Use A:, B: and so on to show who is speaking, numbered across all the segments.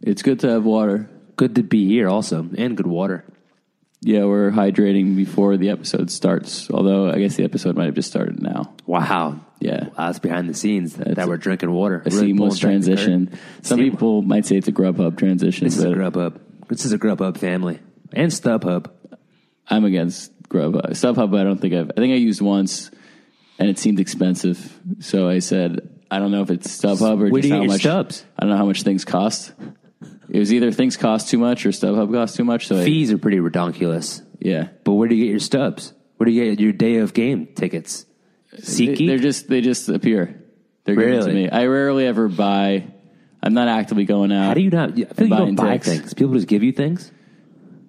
A: It's good to have water.
B: Good to be here, also, and good water.
A: Yeah, we're hydrating before the episode starts. Although I guess the episode might have just started now.
B: Wow.
A: Yeah.
B: Wow, that's behind the scenes that we're drinking water.
A: A seamless transition. Some
B: Seam-
A: people might say it's a Grubhub transition,
B: This is a
A: but
B: grub up. This is a grub up family and StubHub.
A: I'm against Grubhub. StubHub, I don't think I've. I think I used once, and it seemed expensive, so I said I don't know if it's StubHub or
B: Where do
A: just
B: you
A: how
B: get your
A: much.
B: stubs?
A: I don't know how much things cost. It was either things cost too much or StubHub cost too much. So I,
B: Fees are pretty redonkulous.
A: yeah,
B: But where do you get your stubs? Where do you get your day of game tickets? SeatGeek?
A: They're just they just appear. They're given to
B: Really?
A: me. I rarely ever buy. I'm not actively going out.
B: How do you not? I feel like you
A: buying
B: don't buy
A: tickets.
B: things. People just give you things.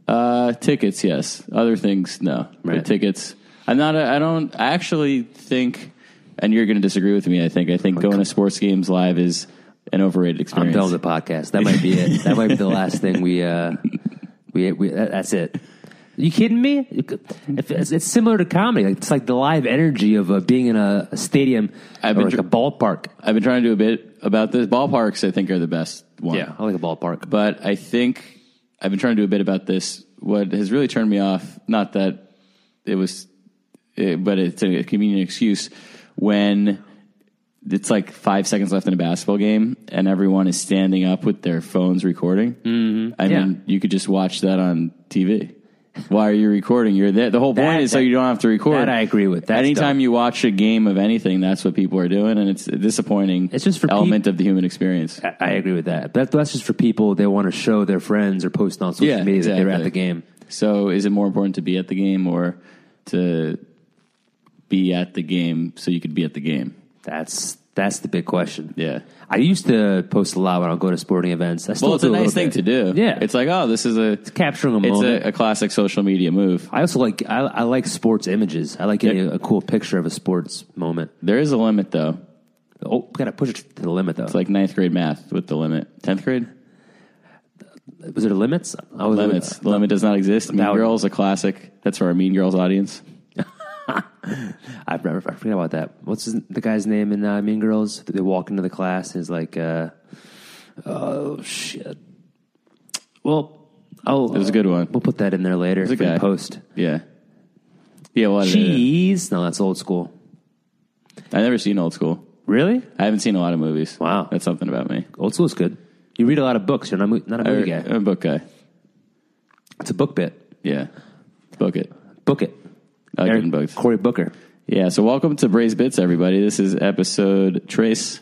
A: Uh, tickets, yes. Other things, no.
B: Right.
A: But tickets, I'm not. A, I don't. I actually think, and you're going to disagree with me. I think. I think going to sports games live is an overrated
B: Oh I'm
A: experience.
B: done with the podcast. That might be it. That might be the last thing we uh, we, we that, that's it. You kidding me? You c- if It's, it's similar to comedy. Like, it's like the live energy of uh, being in a, a stadium
A: I've been
B: or like
A: tr-
B: a ballpark.
A: I've been trying to do a bit about this. Ballparks, I think, are the best one.
B: Yeah, I like a ballpark.
A: But I think I've been trying to do a bit about this. What has really turned me off, not that it was, eh, but it's a convenient excuse when it's like five seconds left in a basketball game and everyone is standing up with their phones recording. Mm-hmm. I
B: Yeah.
A: mean, you could just watch that on TV. Why are you recording? You're there. The whole point
B: That-
A: is so
B: that-
A: you don't have to record.
B: that I agree with. That's
A: Anytime
B: dumb.
A: you watch a game of anything, that's what people are doing, and it's a disappointing.
B: It's just for peop-
A: element of the human experience.
B: I, I agree with that. But that's just for people they want to show their friends or post on social
A: Yeah,
B: media that they were at
A: exactly.
B: the game.
A: So, is it more important to be at the game or to be at the game so you could be at the game?
B: That's that's the big question.
A: Yeah.
B: I used to post a lot when I go to sporting events. I still
A: Well, it's
B: do
A: a nice thing
B: little
A: to
B: bit.
A: do.
B: Yeah,
A: It's like, oh, this is a
B: capturing a
A: it's
B: moment.
A: a, a classic social media move.
B: I also like I, I like sports images. I like getting a, a cool picture of a sports moment.
A: There is a limit though.
B: Oh, gotta push it to the limit though.
A: It's like ninth grade math with the limit. Tenth grade
B: was there limits? I was
A: limits. The limit does not exist. Mean
B: uh, That would-
A: Girls a classic. That's for our Mean Girls audience.
B: I, never, I forget about that. What's his, the guy's name in uh, Mean Girls? They walk into the class and he's like, uh, "Oh shit." Well, I'll,
A: It was a good one.
B: We'll put that in there later
A: a
B: for
A: guy.
B: the post.
A: Yeah. Yeah. Well, I-
B: Jeez, no, that's old school.
A: I've never seen old school.
B: Really?
A: I haven't seen a lot of movies.
B: Wow.
A: That's something about me.
B: Old school's good. You read a lot of books. You're not, mo- not a movie guy.
A: I'm a book guy.
B: It's a book bit.
A: Yeah. Book it.
B: Book it.
A: I
B: Eric-
A: getting books.
B: Cory Booker.
A: Yeah, so welcome to Braze Bits, everybody. This is episode Trace.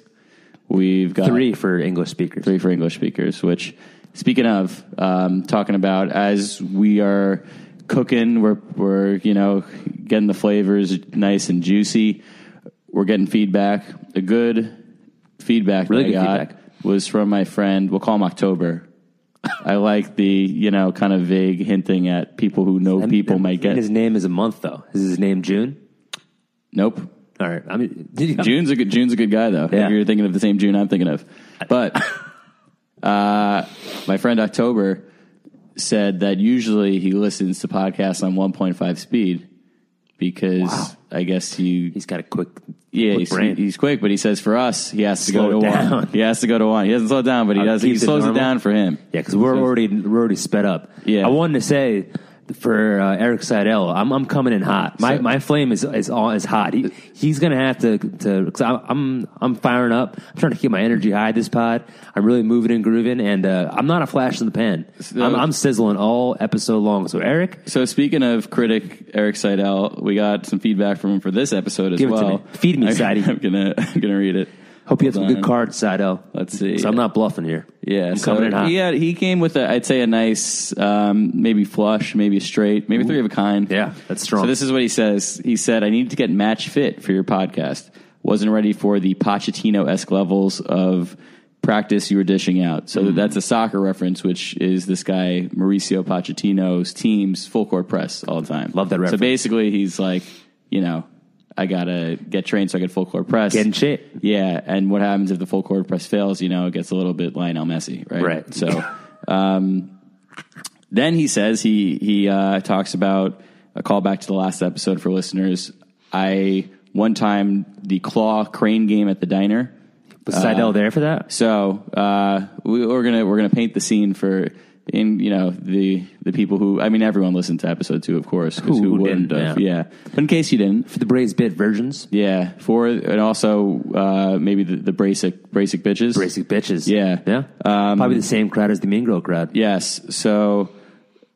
A: We've got
B: Three for English speakers.
A: three for English speakers, which, speaking of, um, talking about as we are cooking, we're, we're, you know, getting the flavors nice and juicy. We're getting feedback. A good feedback
B: Really
A: that
B: good
A: I got
B: feedback.
A: was from my friend, we'll call him October. I like the, you know, kind of vague hinting at people who know people might
B: And
A: get.
B: his name is a month though. Is his name June?
A: Nope.
B: All right. I mean, did you,
A: June's a good June's a good guy though.
B: Yeah.
A: If you're thinking of the same June I'm thinking of, but uh, my friend October said that usually he listens to podcasts on 1.5 speed because I guess you
B: He's got a quick,
A: yeah
B: quick
A: he's,
B: brain.
A: he's quick, but he says for us he has to
B: Slow
A: go to one.
B: down.
A: He has to go to one. He doesn't slow down, but he
B: I'll
A: does. He
B: keep it
A: slows it
B: normal.
A: down for him.
B: yeah, because we're already we're already sped up.
A: Yeah.
B: I wanted to say for uh, Eric Seidel, I'm I'm coming in hot. My
A: So-
B: my flame is is on is hot. He, he's gonna have to to. Cause I'm I'm I'm firing up. I'm trying to keep my energy high. This pod, I'm really moving and grooving, and uh, I'm not a flash in the pan.
A: So-
B: I'm, I'm sizzling all episode long. So Eric,
A: So speaking of critic Eric Seidel, we got some feedback from him for this episode as
B: Give it to
A: well.
B: me. Feed me,
A: I'm-
B: Seidel.
A: I'm gonna I'm gonna read it.
B: hope you have some
A: Hold on.
B: good cards, Seidel.
A: Let's see.
B: So I'm not bluffing here.
A: Yeah,
B: I'm
A: so
B: coming in hot.
A: he had, he came with a, I'd say a nice, um, maybe flush, maybe straight, maybe three of a kind.
B: Yeah, that's strong.
A: So this is what he says. He said, "I need to get match fit for your podcast. Wasn't ready for the Pochettino esque levels of practice you were dishing out. So
B: Mm.
A: that's a soccer reference, which is this guy Mauricio Pochettino's team's full court press all the time.
B: Love that
A: So
B: reference.
A: basically, he's like, you know, I gotta get trained so I get full court press.
B: Get in shape.
A: Yeah, and what happens if the full court press fails? You know, it gets a little bit Lionel Messi, right?
B: Right.
A: So, um, then he says he he uh, talks about a callback to the last episode for listeners. I one time the claw crane game at the diner.
B: Was Seidel there for that?
A: So uh, we, we're gonna we're gonna paint the scene for in you know the the people who I mean everyone listened to episode two of course 'cause who,
B: Who
A: wouldn't
B: didn't,
A: have yeah. but in case you didn't
B: For the Braves bit virgins,
A: yeah for and also uh, maybe the, the Brasic Brasic bitches
B: basic bitches.
A: Yeah.
B: yeah. Um, Probably the same crowd as the Mean Girl crowd.
A: Yes. So,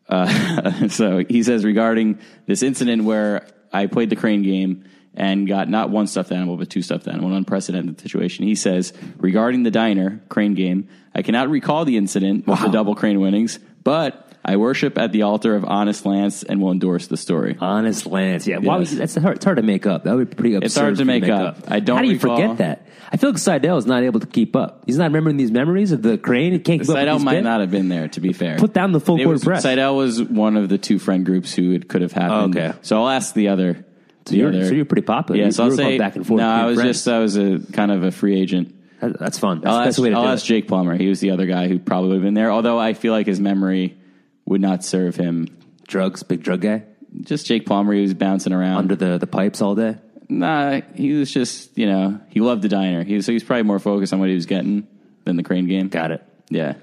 A: uh, so he says regarding this incident where I played the crane game and got not one stuffed animal but two stuffed animal, an unprecedented situation. He says regarding the diner crane game, I cannot recall the incident of the double crane winnings, but I worship at the altar of honest Lance and will endorse the story.
B: Honest Lance. Yeah. Why would
A: Yes.
B: you, that's hard, it's hard to make up. That would be pretty absurd.
A: hard to
B: for
A: make up. I don't
B: How do you
A: recall-
B: forget that? I feel like Seidel is not able to keep up. He's not remembering these memories of the crane. He can't keep up.
A: Seidel
B: with these
A: might
B: bits.
A: not have been there. To be fair,
B: Put down the full
A: It
B: court
A: was-
B: press.
A: Seidel was one of the two friend groups who it could have happened.
B: Okay.
A: so I'll ask the other.
B: So
A: the
B: you're,
A: other.
B: so you're pretty popular.
A: Yeah,
B: You-
A: so I'll
B: you were going
A: say
B: back and forth.
A: No,
B: between
A: I was
B: friends.
A: just I was a kind of a free agent.
B: That- that's fun. That's
A: I'll
B: the best
A: ask,
B: way to
A: I'll
B: do
A: ask
B: it.
A: Jake Plummer. He was the other guy who probably would have been there. Although I feel like his memory would not serve him.
B: Drugs, big drug guy
A: Just Jake Plummer. He was bouncing around.
B: under the, the pipes all day.
A: nah, he was just you know he loved the diner. He was so he's probably more focused on what he was getting than the crane game.
B: Got it.
A: Yeah,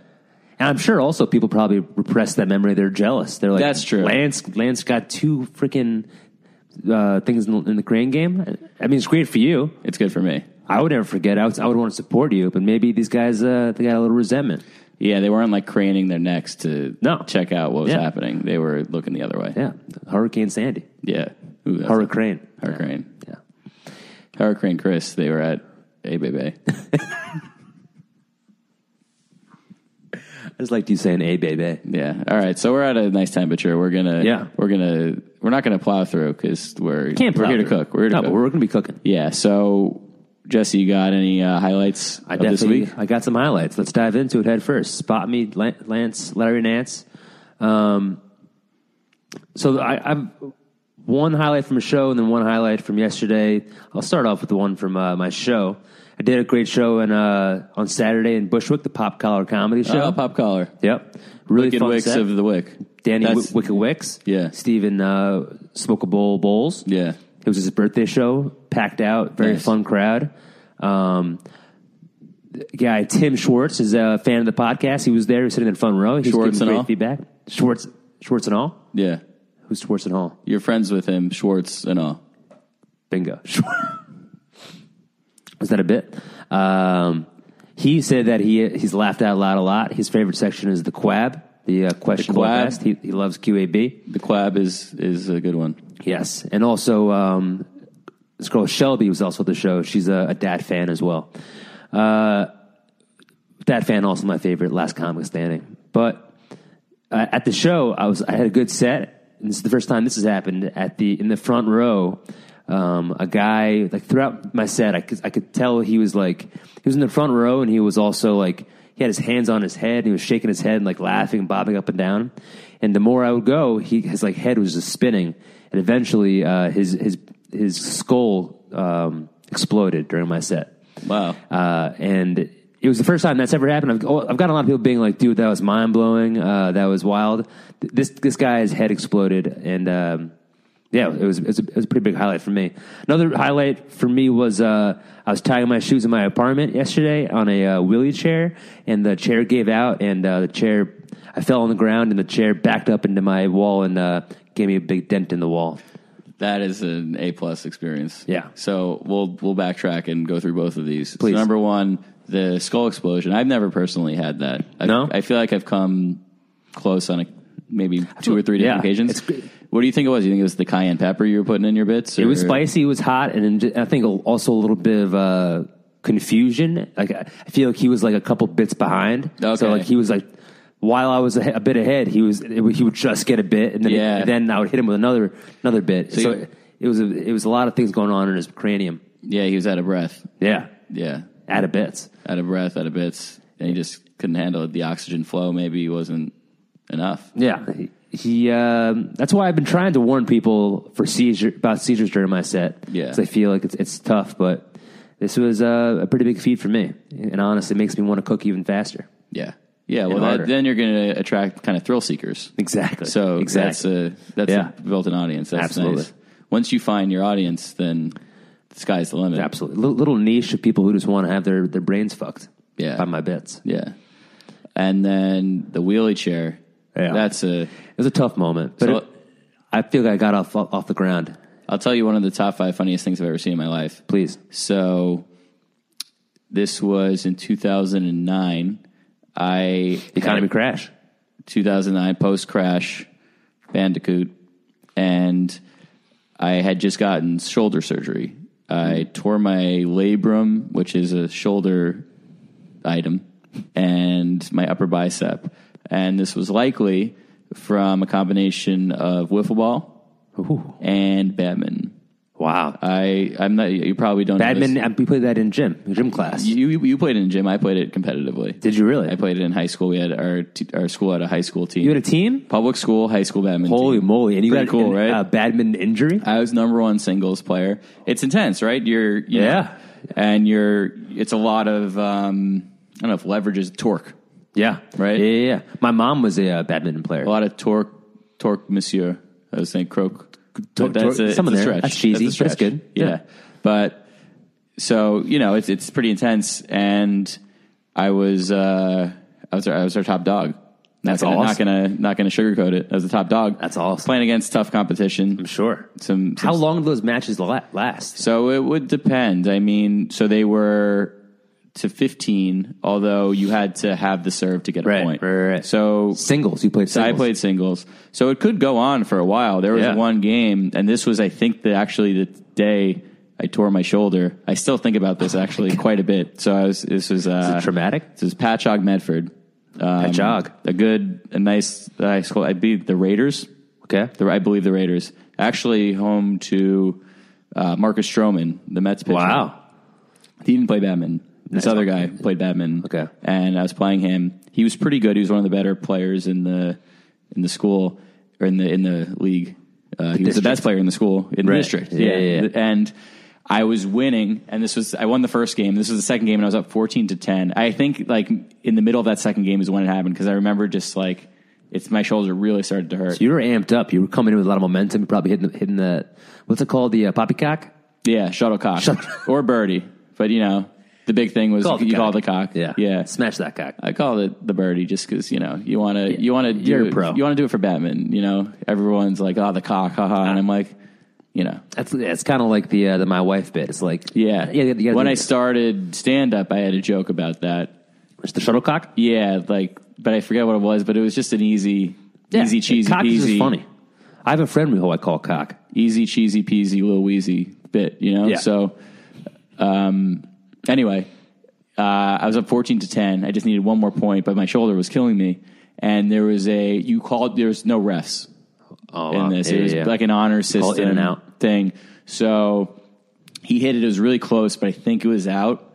B: And I'm sure also people probably repress that memory. They're jealous. They're like,
A: That's true.
B: Lance Lance got two freaking uh, things in, in the crane game. I mean, it's great for you.
A: it's good for me.
B: I would never forget. I would, I would want to support you, but maybe these guys uh, they got a little resentment.
A: Yeah, they weren't like craning their necks to
B: No.
A: check out what was
B: Yeah.
A: happening. They were looking the other way.
B: Yeah, Hurricane Sandy,
A: Yeah, Ooh, that's-
B: Hurricane,
A: Hurricane,
B: Yeah.
A: Hurricane Chris. They were at Abebe.
B: I just like you saying, "Hey, baby."
A: Yeah. All right. So we're at a nice temperature. We're gonna.
B: Yeah.
A: We're gonna. We're not gonna plow through because we're
B: Can't
A: we're
B: plow
A: here to
B: through.
A: cook. We're here to
B: no,
A: cook.
B: but we're gonna be cooking.
A: yeah. So Jesse, you got any uh, highlights
B: I
A: of this
B: definitely,
A: week?
B: I got some highlights. Let's dive into it head first. Spot me, Lan- Lance, Larry Nance. Um, so I, I've one highlight from a show and then one highlight from yesterday. I'll start off with the one from uh, my show. I did a great show in, uh, on Saturday in Bushwick, the Pop Collar Comedy Show.
A: Oh, pop collar.
B: Yep, really
A: Wicked
B: fun
A: Wicks
B: set.
A: of the Wick.
B: Danny
A: That's-
B: w- Wicked Wicks.
A: Yeah.
B: Stephen uh, Smoke a Bowl Bowls.
A: Yeah.
B: It was his birthday show, packed out, very
A: Nice.
B: fun crowd. Um, the guy Tim Schwartz is a fan of the podcast. He was there, he was sitting in front row. He was
A: Schwartz
B: giving
A: and
B: great
A: all?
B: feedback. Schwartz, Schwartz and all.
A: Yeah.
B: Who's Schwartz and all?
A: You're friends with him, Schwartz and all.
B: Bingo. Was that a bit? Um, he said that he he's laughed out loud a lot. His favorite section is the quab, the uh, questionable
A: quab.
B: best. He, he loves QAB.
A: The quab is is a good one.
B: Yes, and also um, this girl Shelby was also at the show. She's a, a dad fan as well. Uh, dad fan, also my favorite. Last comic standing, but uh, at the show, I was I had a good set. And this is the first time this has happened at the in the front row. Um, a guy like throughout my set, I could I could tell he was like he was in the front row, and he was also like he had his hands on his head, and he was shaking his head and like laughing and bobbing up and down. And the more I would go, he his like head was just spinning, and eventually uh, his his his skull um, exploded during my set.
A: Wow.
B: Uh, and it was the first time that's ever happened. I've, oh, I've got a lot of people being like, dude, that was mind blowing. Uh, that was wild. Th- This, this guy's head exploded. And, um, yeah, it was, it was, a, it was a pretty big highlight for me. Another highlight for me was, uh, I was tying my shoes in my apartment yesterday on a, uh, wheelie chair and the chair gave out and, uh, the chair, I fell on the ground and the chair backed up into my wall and, uh, gave me a big dent in the wall.
A: That is an A plus experience.
B: Yeah.
A: So we'll we'll backtrack and go through both of these.
B: Please.
A: So number one, the skull explosion. I've never personally had that. I,
B: No?
A: I feel like I've come close on a, maybe two or three different
B: yeah,
A: occasions.
B: it's great.
A: What do you think it was? You think it was the cayenne pepper you were putting in your bits?
B: It was spicy. It was hot, and then ju- I think also a little bit of uh, confusion. Like I I feel like he was like a couple bits behind.
A: Okay.
B: So like he was like, while I was a, he- a bit ahead, he was it, would- he would just get a bit, and then
A: Yeah.
B: and then I would hit him with another another bit. So,
A: you-
B: it, it was a, it was a lot of things going on in his cranium.
A: Yeah, he was out of breath.
B: Yeah,
A: Yeah,
B: out of bits.
A: out of breath, out of bits, and he just couldn't handle it. The oxygen flow maybe wasn't enough.
B: Yeah, he. he, um, that's why I've been trying to warn people for seizure about seizures during my set.
A: Yeah.
B: 'Cause I feel like it's it's tough, but this was uh, a pretty big feed for me, and honestly, it makes me want to cook even faster.
A: Yeah. Yeah. Well,
B: harder.
A: that, then you're going to attract kind of thrill seekers.
B: Exactly.
A: So
B: Exactly.
A: that's a that's
B: Yeah.
A: a built-in audience. That's
B: Absolutely.
A: nice. Once you find your audience, then the sky's the limit.
B: Absolutely. Little, little niche of people who just want to have their, their brains fucked
A: Yeah.
B: by my bits.
A: Yeah. And then the wheelie chair.
B: Yeah.
A: That's a.
B: It was a tough moment, but
A: So-
B: it- I feel like I got off off the ground.
A: I'll tell you one of the top five funniest things I've ever seen in my life.
B: Please.
A: So this was in 2009. I
B: Economy crash.
A: 2009 post crash Bandicoot, and I had just gotten shoulder surgery. I tore my labrum, which is a shoulder item, and my upper bicep. And this was likely from a combination of wiffle ball
B: Ooh.
A: and badminton.
B: Wow.
A: I I'm not you probably don't know this.
B: Badminton. and We played that in gym, gym class.
A: You, you you played it in gym. I played it competitively.
B: Did you really?
A: I played it in high school. We had our t- our school had a high school team.
B: you had a team?
A: public school high school badminton.
B: Holy moly! And you
A: Pretty
B: got
A: cool,
B: an,
A: right?
B: a badminton injury.
A: I was number one singles player. It's intense, right? You're you know,
B: Yeah.
A: and you're it's a lot of um, I don't know if leverage is torque,
B: Yeah.
A: Right?
B: Yeah, yeah. yeah. My mom was a uh, badminton player.
A: a lot of torque, torque, monsieur. I was saying croak.
B: Torque-
A: But that's
B: torque-
A: a, it's
B: some of
A: a
B: there.
A: stretch.
B: That's cheesy,
A: a
B: but it's
A: stretch.
B: good.
A: Yeah.
B: Yeah.
A: but so you know it's it's pretty intense, and I was uh, I was our, I was our top dog. Not
B: That's
A: gonna,
B: awesome.
A: Not gonna not gonna sugarcoat it. As a top dog,
B: That's awesome.
A: Playing against tough competition.
B: I'm sure.
A: Some, some
B: How long do those matches la- last?
A: So it would depend. I mean, so they were to 15, although you had to have the serve to get a
B: Right,
A: point.
B: right, right.
A: So,
B: Singles. You played.
A: so
B: Singles.
A: I played singles. So it could go on for a while. There was
B: Yeah.
A: one game, and this was, I think, the, actually the day I tore my shoulder. I still think about this actually quite a bit. So I was, this was, uh,
B: Traumatic.
A: this is Patchogue Medford. Um,
B: Patchogue.
A: A good, a nice, high school. I beat the Raiders.
B: Okay.
A: The, I believe the Raiders. Actually, home to uh, Marcus Stroman, the Mets pitcher.
B: Wow.
A: He didn't play Batman. This
B: Nice.
A: other guy played Batman.
B: Okay.
A: And I was playing him. He was pretty good. He was one of the better players in the in the school or in the in the league. Uh, he was the
B: district.
A: best player in the school in the
B: Right.
A: district.
B: Yeah, yeah, yeah.
A: And I was winning, and this was I won the first game. This was the second game, and I was up fourteen to ten. I think like in the middle of that second game is when it happened because I remember just like it's my shoulder really started to hurt.
B: You were amped up. You were coming in with a lot of momentum. You probably hitting the, hitting the what's it called? The uh, poppycock.
A: Yeah, shuttlecock or birdie, but you know the big thing was
B: Call the
A: you
B: cock.
A: call the cock.
B: Yeah.
A: yeah.
B: Smash that cock.
A: I call it the birdie just because you know you want to you want to do
B: You're a
A: it-
B: pro.
A: you want to do it for Batman. You know everyone's like oh the cock haha and I'm like you know
B: That's it's kind of like the uh, the my wife bit. It's like
A: yeah
B: yeah. You gotta
A: when
B: do
A: I
B: it.
A: started stand up I had a joke about that
B: It's the shuttlecock.
A: yeah like but I forget what it was but it was just an easy easy cheesy
B: Cock is
A: peasy
B: just funny. I have a friend who I call cock.
A: easy cheesy peasy little wheezy bit you know
B: Yeah.
A: so um anyway uh, I was up 14 to 10. I just needed one more point, but my shoulder was killing me. And there was a, you called, there was no refs.
B: Oh,
A: in
B: wow.
A: this.
B: Yeah,
A: it was
B: yeah, yeah.
A: like an honor
B: in
A: system
B: and out.
A: thing. So he hit it. It was really close, but I think it was out.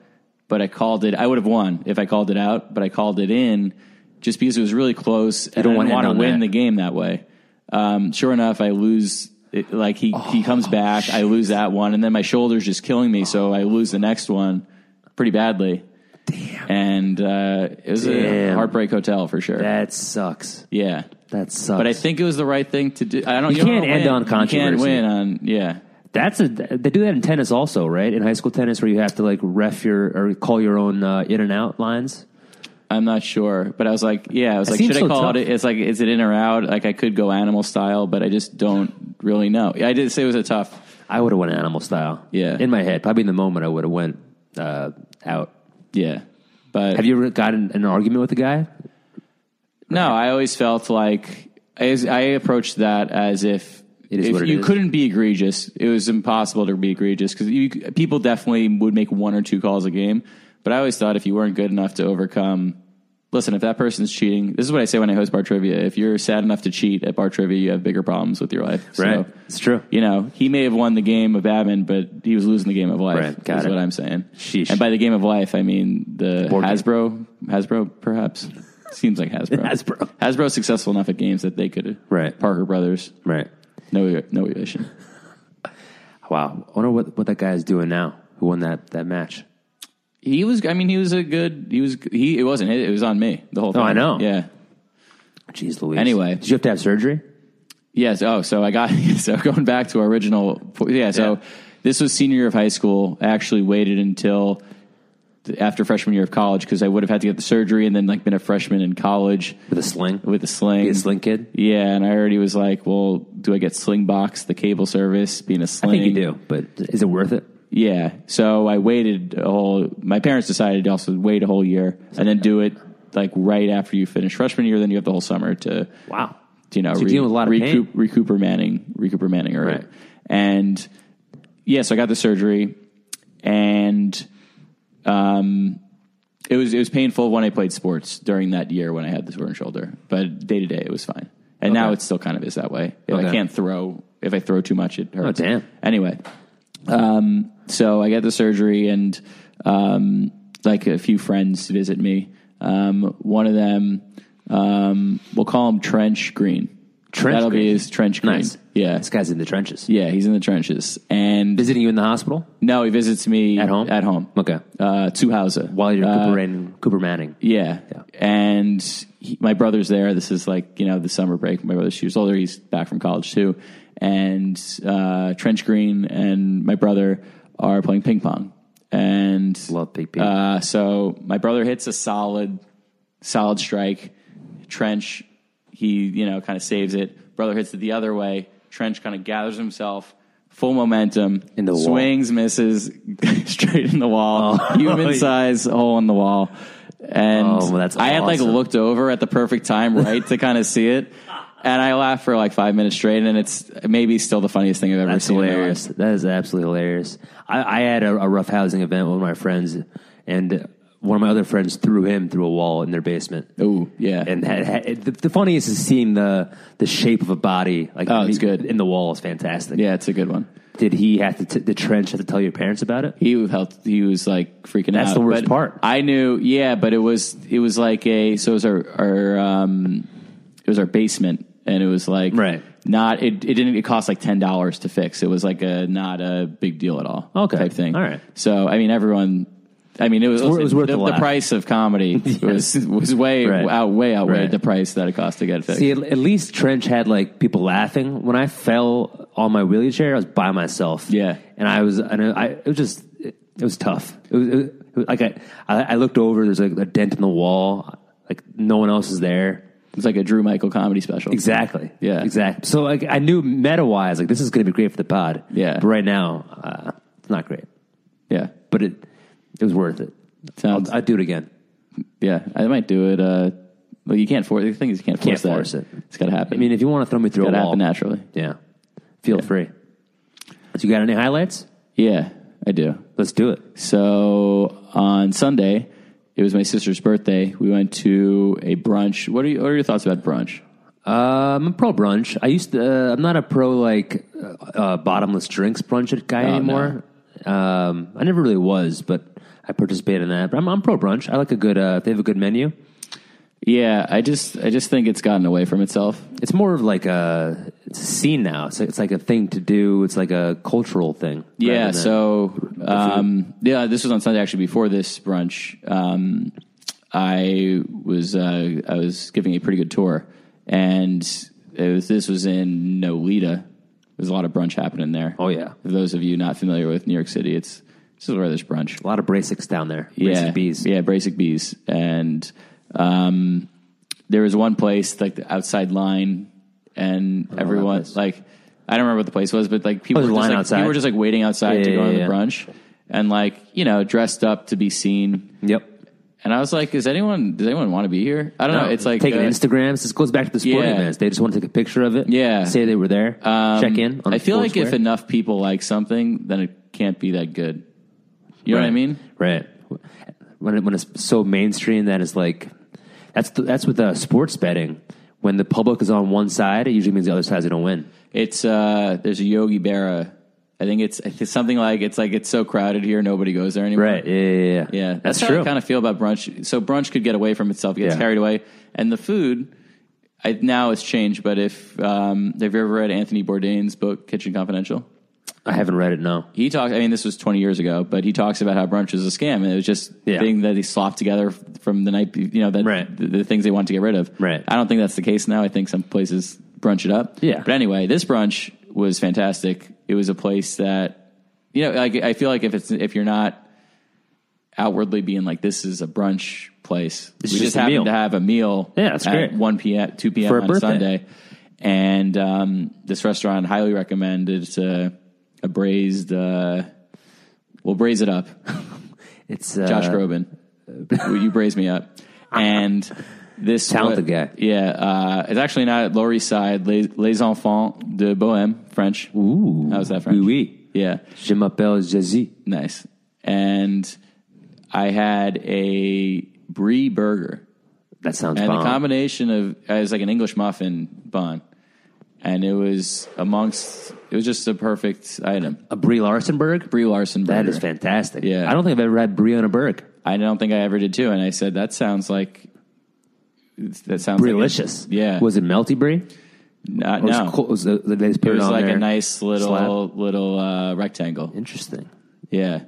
A: But I called it. I would have won if I called it out, but I called it in just because it was really close. and
B: don't
A: I
B: wanna
A: didn't want
B: end
A: to
B: on
A: win
B: that.
A: the game that way. Um, sure enough, I lose. It, like he
B: Oh,
A: he comes back, I lose that one, and then my shoulder's just killing me, so I lose the next one pretty badly. Damn. And uh, it was a
B: Damn.
A: heartbreak hotel for sure.
B: that sucks.
A: yeah.
B: That sucks.
A: But I think it was the right thing to do. I don't. You, don't
B: can't
A: wanna
B: end
A: win.
B: on
A: You can't
B: controversy.
A: win on yeah.
B: That's a they do that in tennis also, right? In high school tennis, where you have to like ref your or call your own uh, in and out lines.
A: I'm not sure, but I was like, yeah, I was like,
B: seems
A: should I
B: so
A: call
B: tough.
A: it? It's like, is it in or out? Like, I could go animal style, but I just don't really know. I did say it was a tough.
B: I would have went animal style.
A: Yeah.
B: in my head, probably in the moment, I would have went uh, out.
A: Yeah, but
B: Have you ever gotten an argument with a guy?
A: no, I always felt like as I approached that as if.
B: It is
A: if
B: what it
A: you
B: is.
A: couldn't be egregious, it was impossible to be egregious because people definitely would make one or two calls a game. But I always thought if you weren't good enough to overcome, listen, if that person's cheating, this is what I say when I host bar trivia. If you're sad enough to cheat at bar trivia, you have bigger problems with your life. So-
B: it's true.
A: you know, he may have won the game of Batman, but he was losing the game of life.
B: Right, got
A: is
B: it.
A: what I'm saying.
B: Sheesh.
A: And by the game of life, I mean the
B: board game.
A: Hasbro, Hasbro perhaps. Seems like Hasbro.
B: Hasbro.
A: Hasbro successful enough at games that they could.
B: Right.
A: Parker Brothers.
B: Right.
A: No, no evasion.
B: Wow. I wonder what, what that guy is doing now. Who won that that match?
A: He was. I mean, he was a good. He was. He. It wasn't. It, it was on me. The whole. thing.
B: Oh, I know.
A: Yeah.
B: Jeez Louise.
A: Anyway.
B: did you have to have surgery?
A: Yes. Oh, so I got so going back to our original. po- Yeah. So This was senior year of high school. I actually waited until the- after freshman year of college because I would have had to get the surgery and then like been a freshman in college
B: with a sling.
A: with a sling.
B: Be a sling kid.
A: Yeah, and I already was like, well, do I get Slingbox, the cable service, being a
B: I
A: sling?
B: think you do, but is it worth it?
A: Yeah. So I waited a whole. My parents decided to also wait a whole year and then do it like right after you finish freshman year. Then you have the whole summer to
B: Wow.
A: you know
B: you're dealing with a lot of
A: recoup, recuper Manning, recuper Manning, all right.
B: Right.
A: And yeah, so I got the surgery, and um, it was it was painful when I played sports during that year when I had the torn shoulder, but day to day it was fine. And now
B: Okay.
A: it still kind of is that way. If I
B: Okay.
A: can't throw, if I throw too much, it hurts.
B: Oh, damn.
A: Anyway, um, so I get the surgery, and um, like a few friends visit me. Um, one of them, um, we'll call him Trench Green.
B: Trench
A: That'll be
B: Green.
A: his Trench Green.
B: Nice.
A: Yeah.
B: This guy's in the trenches.
A: Yeah, he's in the trenches. And
B: Visiting you in the hospital
A: no, he visits me
B: at home.
A: At home.
B: Okay.
A: Uh, to Hausa.
B: While you're
A: Uh,
B: Cooper and Cooper Manning.
A: yeah.
B: Yeah.
A: And he, my brother's there. This is like, you know, the summer break. My brother's two years older. He's back from college too. And uh, Trench Green and my brother are playing ping pong. And
B: Love Big P.
A: uh, so my brother hits a solid, solid strike. Trench, he you know kind of saves it. Brother hits it the other way. Trench kind of gathers himself, full momentum,
B: In the wall.
A: swings, misses straight in the wall, human size hole in the wall. And
B: Oh, well, that's
A: I had like
B: awesome.
A: looked over at the perfect time, right, to kind of see it. And I laughed for like five minutes straight, and it's maybe still the funniest thing I've ever
B: That's
A: seen. in my life.
B: hilarious. That is absolutely hilarious. I, I had a, a rough housing event with my friends, and one of my other friends threw him through a wall in their basement.
A: Ooh, yeah.
B: And had, had, the, the funniest is seeing the the shape of a body like
A: Oh, it's good.
B: in the wall is fantastic.
A: yeah, it's a good one.
B: Did he have to t- the trench have to tell your parents about it?
A: He was helped. He was like freaking out.
B: That's the worst
A: But
B: part.
A: I knew. Yeah, but it was it was like a so it was our our um it was our basement and it was like
B: Right.
A: Not it. It didn't. It cost like ten dollars to fix. It was like a not a big deal at all.
B: Okay.
A: type thing.
B: All right.
A: So I mean, everyone. I mean, it was,
B: wor- it was worth
A: the,
B: the laugh.
A: price of comedy was was way
B: Right.
A: out way outweighed
B: Right.
A: the price that it cost to get it fixed.
B: See, at, at least Trench had like people laughing. When I fell on my wheelchair, I was by myself.
A: Yeah.
B: and I was, and I, it was just, it, it was tough. It was, it was like I, I, I looked over. There's like a dent in the wall. Like no one else is there.
A: It's like a Drew Michael comedy special.
B: Exactly.
A: Yeah.
B: Exactly. So like I knew meta wise, like this is going to be great for the pod.
A: Yeah.
B: But right now, uh, it's not great.
A: Yeah.
B: But it, it was worth it.
A: Sounds.
B: I'd do it again.
A: Yeah, I might do it. Uh, well, you can't force the thing is you can't force,
B: Can't
A: that.
B: force it.
A: It's got to happen.
B: I mean, if you want to throw me through
A: got to
B: a wall,
A: happen naturally.
B: yeah, feel free. So you got any highlights?
A: Yeah, I do.
B: Let's do it.
A: So on Sunday, it was my sister's birthday. We went to a brunch. What are you, what are your thoughts about brunch?
B: Uh, I'm a pro brunch. I used to. Uh, I'm not a pro like uh, uh, bottomless drinks brunch
A: Oh,
B: guy anymore. Um, I never really was, but I participated in that. But I'm, I'm pro brunch. I like a good. Uh, if they have a good menu.
A: Yeah, I just I just think it's gotten away from itself.
B: It's more of like a it's a scene now. It's like, it's like a thing to do. It's like a cultural thing. rather
A: Yeah,
B: than-
A: so um, yeah, this was on Sunday actually. Before this brunch, um, I was uh, I was giving a pretty good tour, and it was, this was in Nolita. There's a lot of brunch happening there.
B: Oh, yeah.
A: For those of you not familiar with New York City, it's this is where there's brunch.
B: a lot of bracics down there.
A: Yeah,
B: Brasic bees.
A: Yeah, Brasic bees, and um, there was one place like the outside line, and everyone
B: place.
A: like I don't remember what the place was, but like people
B: Oh,
A: were
B: there's a
A: just
B: line
A: like,
B: outside?
A: people were just like waiting outside to
B: Yeah,
A: go
B: yeah,
A: on
B: yeah.
A: the brunch, and like you know dressed up to be seen.
B: Yep.
A: And I was like, is anyone does anyone want to be here? I don't know. It's like
B: taking
A: uh,
B: Instagrams. This goes back to the sporting
A: Yeah.
B: events. They just want to take a picture of it.
A: Yeah.
B: Say they were there.
A: um,
B: check in. On
A: I feel like if
B: Foursquare.
A: enough people like something, then it can't be that good. You know what I
B: Right.
A: mean?
B: Right. When it, when it's so mainstream that it's like that's the, that's with uh, sports betting. When the public is on one side, it usually means the other side's going to win.
A: It's uh there's a Yogi Berra. I think it's, it's something like it's like it's so crowded here, nobody goes there anymore.
B: Right. Yeah. Yeah. Yeah.
A: Yeah,
B: That's,
A: how
B: true.
A: I kind of feel about brunch. So brunch could get away from itself, gets
B: Yeah.
A: carried away, and the food. I, now it's changed, but if um, have you ever read Anthony Bourdain's book Kitchen Confidential?
B: I haven't read it. No.
A: He talks. I mean, this was twenty years ago, but he talks about how brunch is a scam, and it was just
B: Yeah.
A: thing that he slopped together from the night. be- You know, that
B: Right.
A: the, the things they want to get rid of.
B: Right.
A: I don't think that's the case now. I think some places brunch it up.
B: Yeah.
A: But anyway, this brunch was fantastic. It was a place that you know, like I feel like if it's if you're not outwardly being like this is a brunch place,
B: It's
A: we just
B: just a
A: happen
B: meal.
A: to have a meal.
B: Yeah, that's
A: at
B: great.
A: One p.m. two p.m.
B: For a
A: on
B: birthday.
A: Sunday, and um, this restaurant highly recommended. It's a, a braised. Uh, we'll braise it up,
B: It's uh,
A: Josh Groban. Will you braise me up? And this
B: Talented
A: wa-
B: guy.
A: Yeah, uh, it's actually not at Lower East Side. Les, Les Enfants de Bohème, French.
B: Ooh,
A: How's that French?
B: Oui, oui.
A: Yeah.
B: Je m'appelle Jazzy.
A: Nice. And I had a brie burger.
B: That sounds
A: And
B: bomb.
A: the combination of it was like an English muffin bun. And it was amongst it was just a perfect item.
B: a Brie Larsonberg.
A: Brie Larson burger.
B: That is fantastic.
A: Yeah.
B: I don't think I've ever had Brie on a burg.
A: I don't think I ever did too. And I said that sounds like that sounds like a-
B: Delicious.
A: yeah.
B: Was it melty Brie?
A: not,
B: Or was
A: no.
B: it, cool, was the, they just
A: It
B: put it
A: was
B: on
A: like
B: there?
A: a nice little
B: slab?
A: little uh, rectangle.
B: Interesting.
A: Yeah. And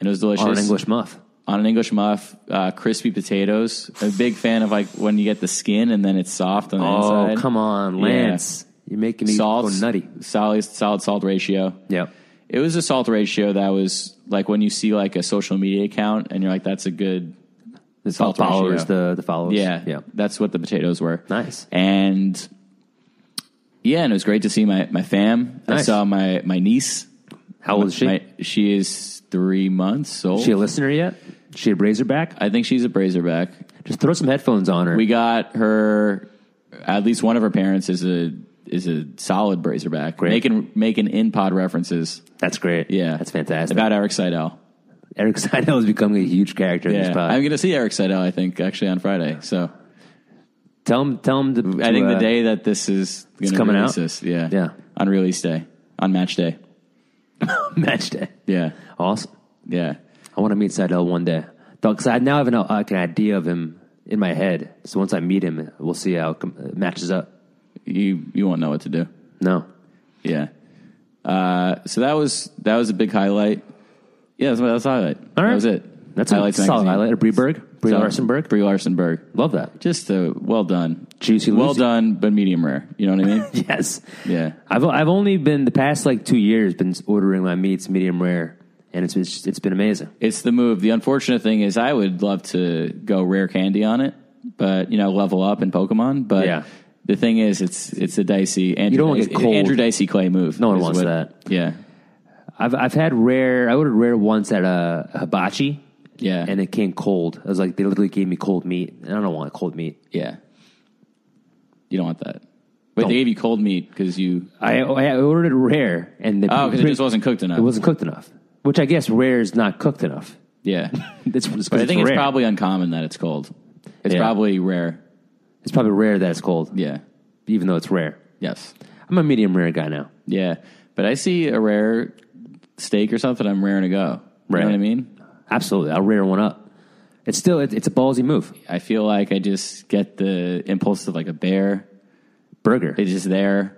A: it was delicious.
B: On an English muff.
A: on an English muff, uh, crispy potatoes. I'm a big fan of like when you get the skin and then it's soft on the
B: Oh,
A: inside.
B: come on,
A: Yeah.
B: Lance. You're making me
A: Salt,
B: go nutty.
A: Solid, solid salt ratio.
B: Yep.
A: It was a salt ratio that was like when you see like a social media account and you're like, that's a good.
B: The
A: Salt
B: followers,
A: ratio.
B: the, the followers.
A: Yeah.
B: Yeah.
A: That's what the potatoes were.
B: Nice.
A: And yeah, and it was great to see my, my fam. I
B: Nice.
A: saw my, my niece.
B: How old is she?
A: My, she is three months old.
B: Is she a listener yet? Is she a Razorback?
A: I think she's a Brazerback.
B: Just throw some headphones on her.
A: We got her. At least one of her parents is a is a solid Brazerback.
B: Great.
A: Making making in pod references.
B: That's great.
A: Yeah,
B: That's fantastic.
A: About Eric Seidel.
B: Eric Seidel is becoming a huge character in
A: Yeah,
B: this pod.
A: I'm going to see Eric Seidel. I think actually on Friday. So
B: tell him, tell him to,
A: I think
B: to,
A: the
B: uh,
A: day that this is gonna
B: coming
A: release
B: out?
A: This, yeah,
B: Yeah.
A: on release day, on match day.
B: match day.
A: Yeah,
B: Awesome.
A: yeah.
B: I want to meet Seidel one day. Because I now have an, uh, like an idea of him in my head. So once I meet him, we'll see how it com- it matches up.
A: You you won't know what to do.
B: No.
A: Yeah. Uh, so that was that was a big highlight. Yeah, that's that's a highlight.
B: All right.
A: That was it.
B: That's a
A: Highlights
B: solid
A: magazine.
B: highlight. Or Breberg. Brie
A: So,
B: Larsenberg.
A: Brie Larsenberg.
B: Love that.
A: Just uh, well done.
B: Juicy
A: Well
B: Lucy.
A: done, but medium rare. You know what I mean?
B: Yes.
A: yeah.
B: I've, I've only been, the past like two years, been ordering my meats medium rare. And it's, it's, it's been amazing.
A: It's the move. The unfortunate thing is I would love to go rare candy on it, but you know, level up in Pokemon. But
B: Yeah.
A: the thing is it's it's a dicey Andrew
B: don't wanna
A: Dice-
B: get cold.
A: Andrew Dicey Clay move.
B: No one
A: is
B: wants that.
A: Yeah.
B: I've, I've had rare, I ordered rare once at a, a hibachi.
A: Yeah.
B: And it came cold. I was like, they literally gave me cold meat. And I don't want cold meat.
A: yeah. You don't want that. But
B: Don't.
A: they gave you cold meat because you
B: I, I ordered rare, and the
A: Oh, because it just wasn't cooked enough.
B: It wasn't cooked enough, which I guess rare is not cooked enough.
A: yeah.
B: That's what it's,
A: But I think it's
B: rare.
A: probably uncommon that it's cold. It's
B: Yeah.
A: probably rare.
B: it's probably rare that it's cold,
A: Yeah.
B: even though it's rare.
A: Yes.
B: I'm a medium rare guy now.
A: Yeah, but I see a rare steak or something, I'm raring to go. You
B: Right.
A: know what I mean?
B: Absolutely, I'll rare one up. It's still it, it's a ballsy move.
A: I feel like I just get the impulse of like a bear.
B: Burger.
A: It's just there,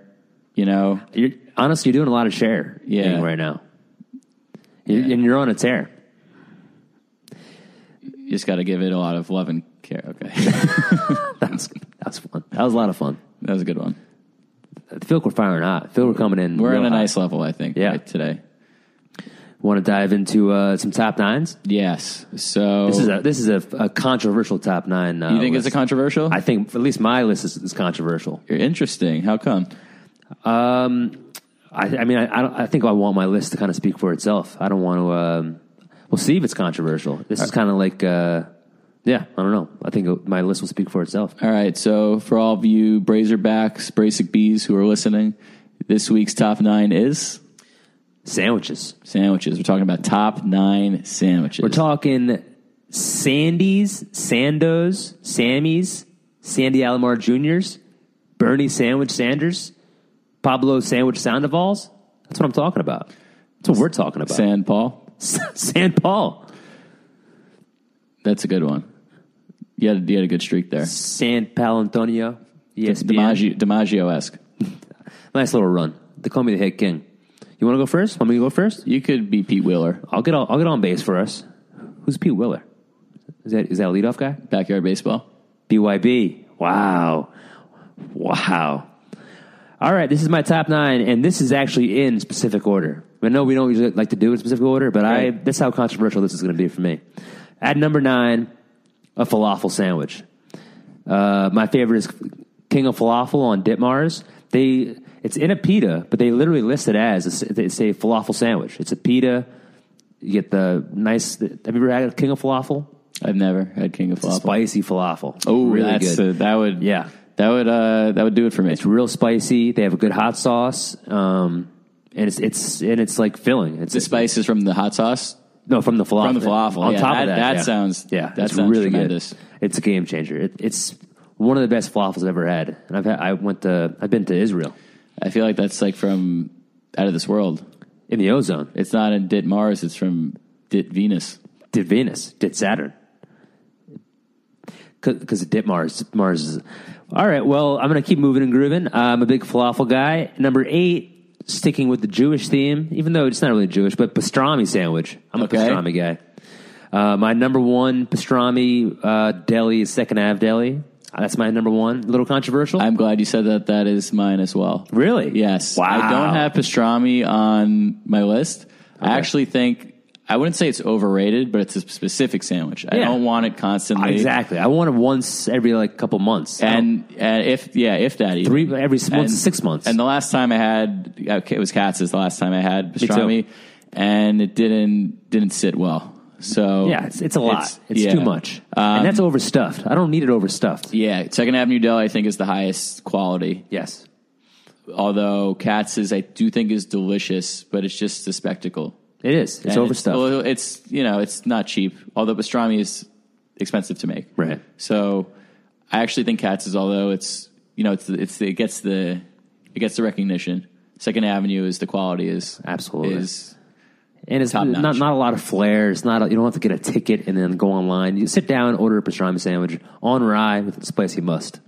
A: you know.
B: You're, honestly, you're doing a lot of share
A: Yeah.
B: thing right now, You're- and you're on a tear.
A: You just got to give it a lot of love and care. Okay,
B: That was that was fun. That was a lot of fun.
A: that was a good one.
B: I feel like we're firing hot. I feel we're coming in.
A: We're
B: real
A: on a
B: hot.
A: nice level, I think.
B: Yeah.
A: right, today.
B: Want to dive into uh, some top nines?
A: Yes. So
B: This is a this is a, a controversial top nine. Uh,
A: you think
B: list.
A: it's a controversial?
B: I think at least my list is, is controversial. Um,
A: You're interesting. How come?
B: I, I mean, I, I, don't, I think I want my list to kind of speak for itself. I don't want to. Um, we'll see if it's controversial. This is kind of like, uh, yeah, I don't know. I think it- my list will speak for itself.
A: All right. So for all of you Brazerbacks, Brasic bees who are listening, this week's top nine is
B: Sandwiches.
A: sandwiches. We're talking about top nine sandwiches.
B: We're talking Sandy's, Sando's, Sammy's, Sandy Alomar Jr.'s, Bernie Sandwich Sanders, Pablo Sandwich Sandoval's. That's what I'm talking about. That's what we're talking about.
A: San Paul.
B: San Paul.
A: That's a good one. You had, you had a good streak there.
B: San E Palantonio. Yes,
A: DiMaggio, DiMaggio esque.
B: Nice little run. They call me the hit king. You want to go first? Want me to go first?
A: You could be Pete Wheeler,
B: I'll get on, I'll get on base for us. Who's Pete Willer? Is that is that a leadoff guy?
A: backyard baseball.
B: BYB. Wow, wow. All right, this is my top nine, and this is actually in specific order. I know we don't usually like to do it in specific order, but I
A: Right.
B: that's how controversial this is going to be for me. At number nine, a falafel sandwich. Uh, my favorite is King of Falafel on Ditmars. They it's in a pita, but they literally list it as a, s- they say falafel sandwich. It's a pita. You get the nice. Have you ever had a King of Falafel?
A: I've never had King of Falafel.
B: Spicy falafel.
A: Oh,
B: really
A: that's
B: good.
A: uh, that would
B: Yeah.
A: that would uh, that would do it for me.
B: It's real spicy. They have a good hot sauce, um, and it's it's and it's like filling. It's
A: The spice is from the hot sauce.
B: no from the falafel.
A: From the falafel,
B: On
A: yeah,
B: top
A: that-
B: of that,
A: that
B: yeah.
A: sounds-
B: yeah,
A: that
B: it's
A: sounds
B: really
A: tremendous.
B: good. It's a game changer. It, it's one of the best falafels I've ever had, and I've had, I went to I've been to Israel
A: I feel like that's like from out of this world.
B: in the ozone.
A: It's not in Dit Mars. It's from Dit Venus.
B: Did Venus? Did Saturn? Because it did Mars. Mars is. All right, well, I'm going to keep moving and grooving. Uh, I'm a big falafel guy. Number eight, sticking with the Jewish theme, even though it's not really Jewish, but pastrami sandwich. I'm
A: Okay.
B: a pastrami guy. Uh, my number one pastrami uh, deli is Second Ave Deli. Uh, That's my number one. A little controversial.
A: I'm glad you said that. That is mine as well.
B: really?
A: Yes.
B: Wow.
A: I don't have pastrami on my list. I actually think I wouldn't say it's overrated, but it's a specific sandwich. I
B: Yeah.
A: don't want it constantly.
B: Exactly. I want it once every like couple months. I don't-
A: And, and if yeah, if that even.
B: three every s-
A: And-
B: once six months.
A: And the last time I had it was Katz's. The last time I had
B: too.
A: pastrami, and it didn't didn't sit well. So
B: Yeah, it's, it's a lot. It's,
A: yeah.
B: too much, and that's overstuffed. I don't need it overstuffed.
A: Yeah, Second Avenue Deli I think is the highest quality.
B: Yes,
A: Although Katz's I do think is delicious, but it's just a spectacle.
B: it is. It's
A: And
B: overstuffed.
A: well, It's, you know it's not cheap. Although pastrami is expensive to make.
B: Right.
A: So I actually think Katz's, although it's you know it's the- it's the, it gets the it gets the recognition. Second Avenue is the quality is
B: Absolutely.
A: is
B: and it's
A: top
B: not
A: notch.
B: not a lot of flair. It's not. A, you don't have to get a ticket and then go online. You sit down, order a pastrami sandwich on rye with spicy must,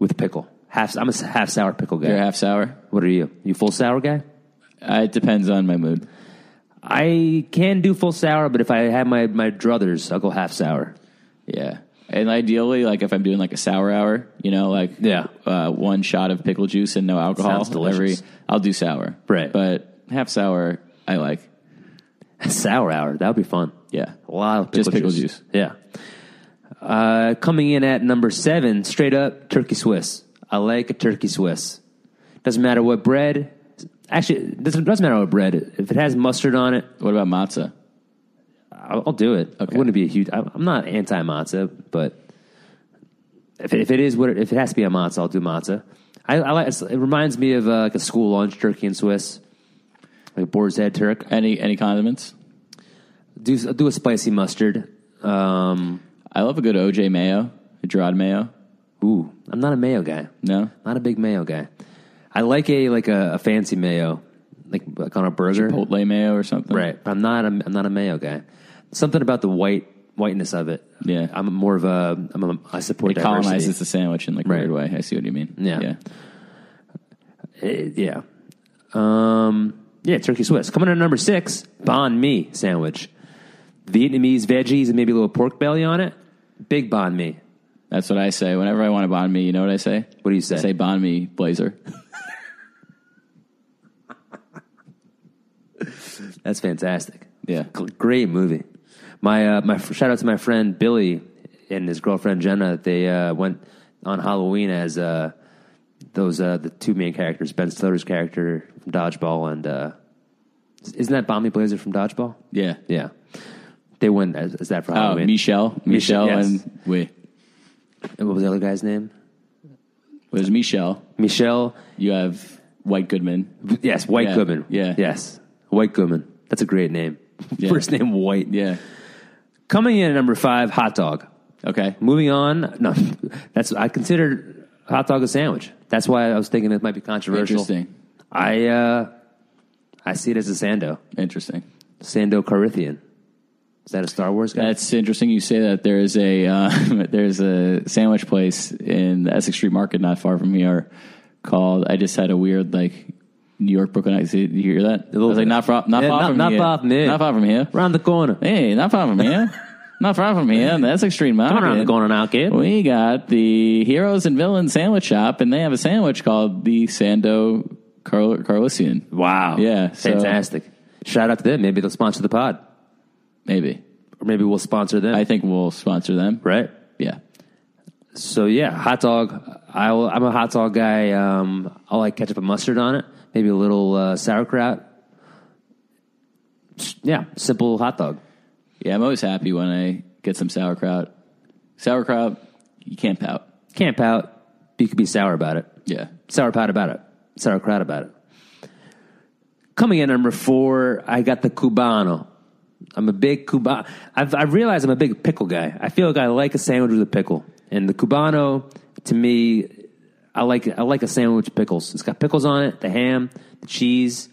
B: with pickle. Half. I'm a s- half sour pickle guy.
A: You're half sour.
B: What are you? You full sour guy?
A: Uh, it depends on my mood.
B: I can do full sour, but if I have my my druthers, I'll go half sour.
A: Yeah. And ideally, like if I'm doing like a sour hour, you know, like
B: Yeah.
A: uh, one shot of pickle juice and no alcohol.
B: Sounds delicious.
A: Every, I'll do sour,
B: Right.
A: But half sour, I like.
B: sour hour. That would be fun.
A: Yeah,
B: A lot of pickle
A: Just pickle juice.
B: Yeah. Uh, coming in at number seven, straight up turkey Swiss. I like a turkey Swiss. Doesn't matter what bread. Actually, it doesn't doesn't matter what bread. If it has mustard on it,
A: What about matzah?
B: I'll, I'll do it.
A: Okay.
B: I wouldn't be a huge. I, I'm not anti matzah, but if it, if it is what it, if it has to be a matzah, I'll do matzah. I, I like. It reminds me of uh, like a school lunch turkey and Swiss, like a boar's head turk.
A: Any any condiments?
B: Do do a spicy mustard. Um,
A: I love a good OJ mayo, a Gerard mayo.
B: ooh, I'm not a mayo guy.
A: No,
B: Not a big mayo guy. I like a like a, a fancy mayo, like, like on a burger,
A: Chipotle mayo or something.
B: right? But I'm not a, I'm not a mayo guy. Something about the white whiteness of it.
A: Yeah.
B: I'm more of a I'm a I support
A: It
B: diversity.
A: colonizes the sandwich in like a
B: Right.
A: weird way. I see what you mean.
B: Yeah. Eh, yeah, um, yeah. Turkey Swiss coming in at number six, banh mi sandwich, Vietnamese veggies and maybe a little pork belly on it. Big banh mi.
A: That's what I say. Whenever I want a banh mi, you know what I say?
B: What do you
A: I
B: say?
A: say banh mi blazer.
B: That's fantastic.
A: Yeah.
B: G- great movie. My uh, my f- shout out to my friend Billy and his girlfriend Jenna. They uh, went on Halloween as uh, those uh, the two main characters, Ben Stiller's character from Dodgeball, and uh, isn't that Bomby Blazer from Dodgeball?
A: Yeah.
B: Yeah, they went as, as that for
A: Oh,
B: Halloween.
A: Michelle, Michelle,
B: Michelle, Uh, yes.
A: and we.
B: And what was the other guy's name?
A: There's Michelle.
B: Michelle.
A: You have White Goodman.
B: Yes, White
A: Yeah,
B: Goodman.
A: yeah.
B: yes, White Goodman. That's a great name.
A: Yeah.
B: First name White.
A: Yeah.
B: Coming in at number five, hot dog.
A: Okay.
B: Moving on. No, that's I considered hot dog a sandwich. That's why I was thinking it might be controversial.
A: Interesting.
B: I uh, I see it as a sando,
A: Interesting.
B: sando Carithian. Is that a Star Wars guy?
A: That's interesting. You say that there is a uh, there's a sandwich place in the Essex Street Market not far from here called. I just had a weird like New York Brooklyn. I see. You hear that? I
B: little
A: was like
B: bit.
A: not far, not
B: Yeah,
A: far
B: not-
A: from
B: not
A: here.
B: far from here.
A: Not far from here.
B: Round the corner.
A: Hey, not far from here. not far from here. in The Oh, Essex Street Market.
B: Come around the corner now, kid.
A: We got the Heroes and Villains Sandwich Shop, and they have a sandwich called the Sando Carl Carlisian.
B: Wow.
A: Yeah, so-
B: Fantastic. Shout out to them. Maybe they'll sponsor the pod.
A: Maybe
B: Or maybe we'll sponsor them.
A: I think we'll sponsor them.
B: right?
A: Yeah,
B: So yeah, hot dog. I will, I'm a hot dog guy. Um, I like ketchup and mustard on it. Maybe a little uh, sauerkraut. Yeah, simple hot dog.
A: yeah. I'm always happy when I get some sauerkraut. Sauerkraut, you can't pout.
B: Can't pout. You could be sour about it.
A: Yeah,
B: sour pot about it, sauerkraut about it. Coming in at number four, I got the cubano. I'm a big cubano. I've, I've realized I'm a big pickle guy. I feel like I like a sandwich with a pickle, and the cubano to me, I like I like a sandwich with pickles. It's got pickles on it, the ham, the cheese,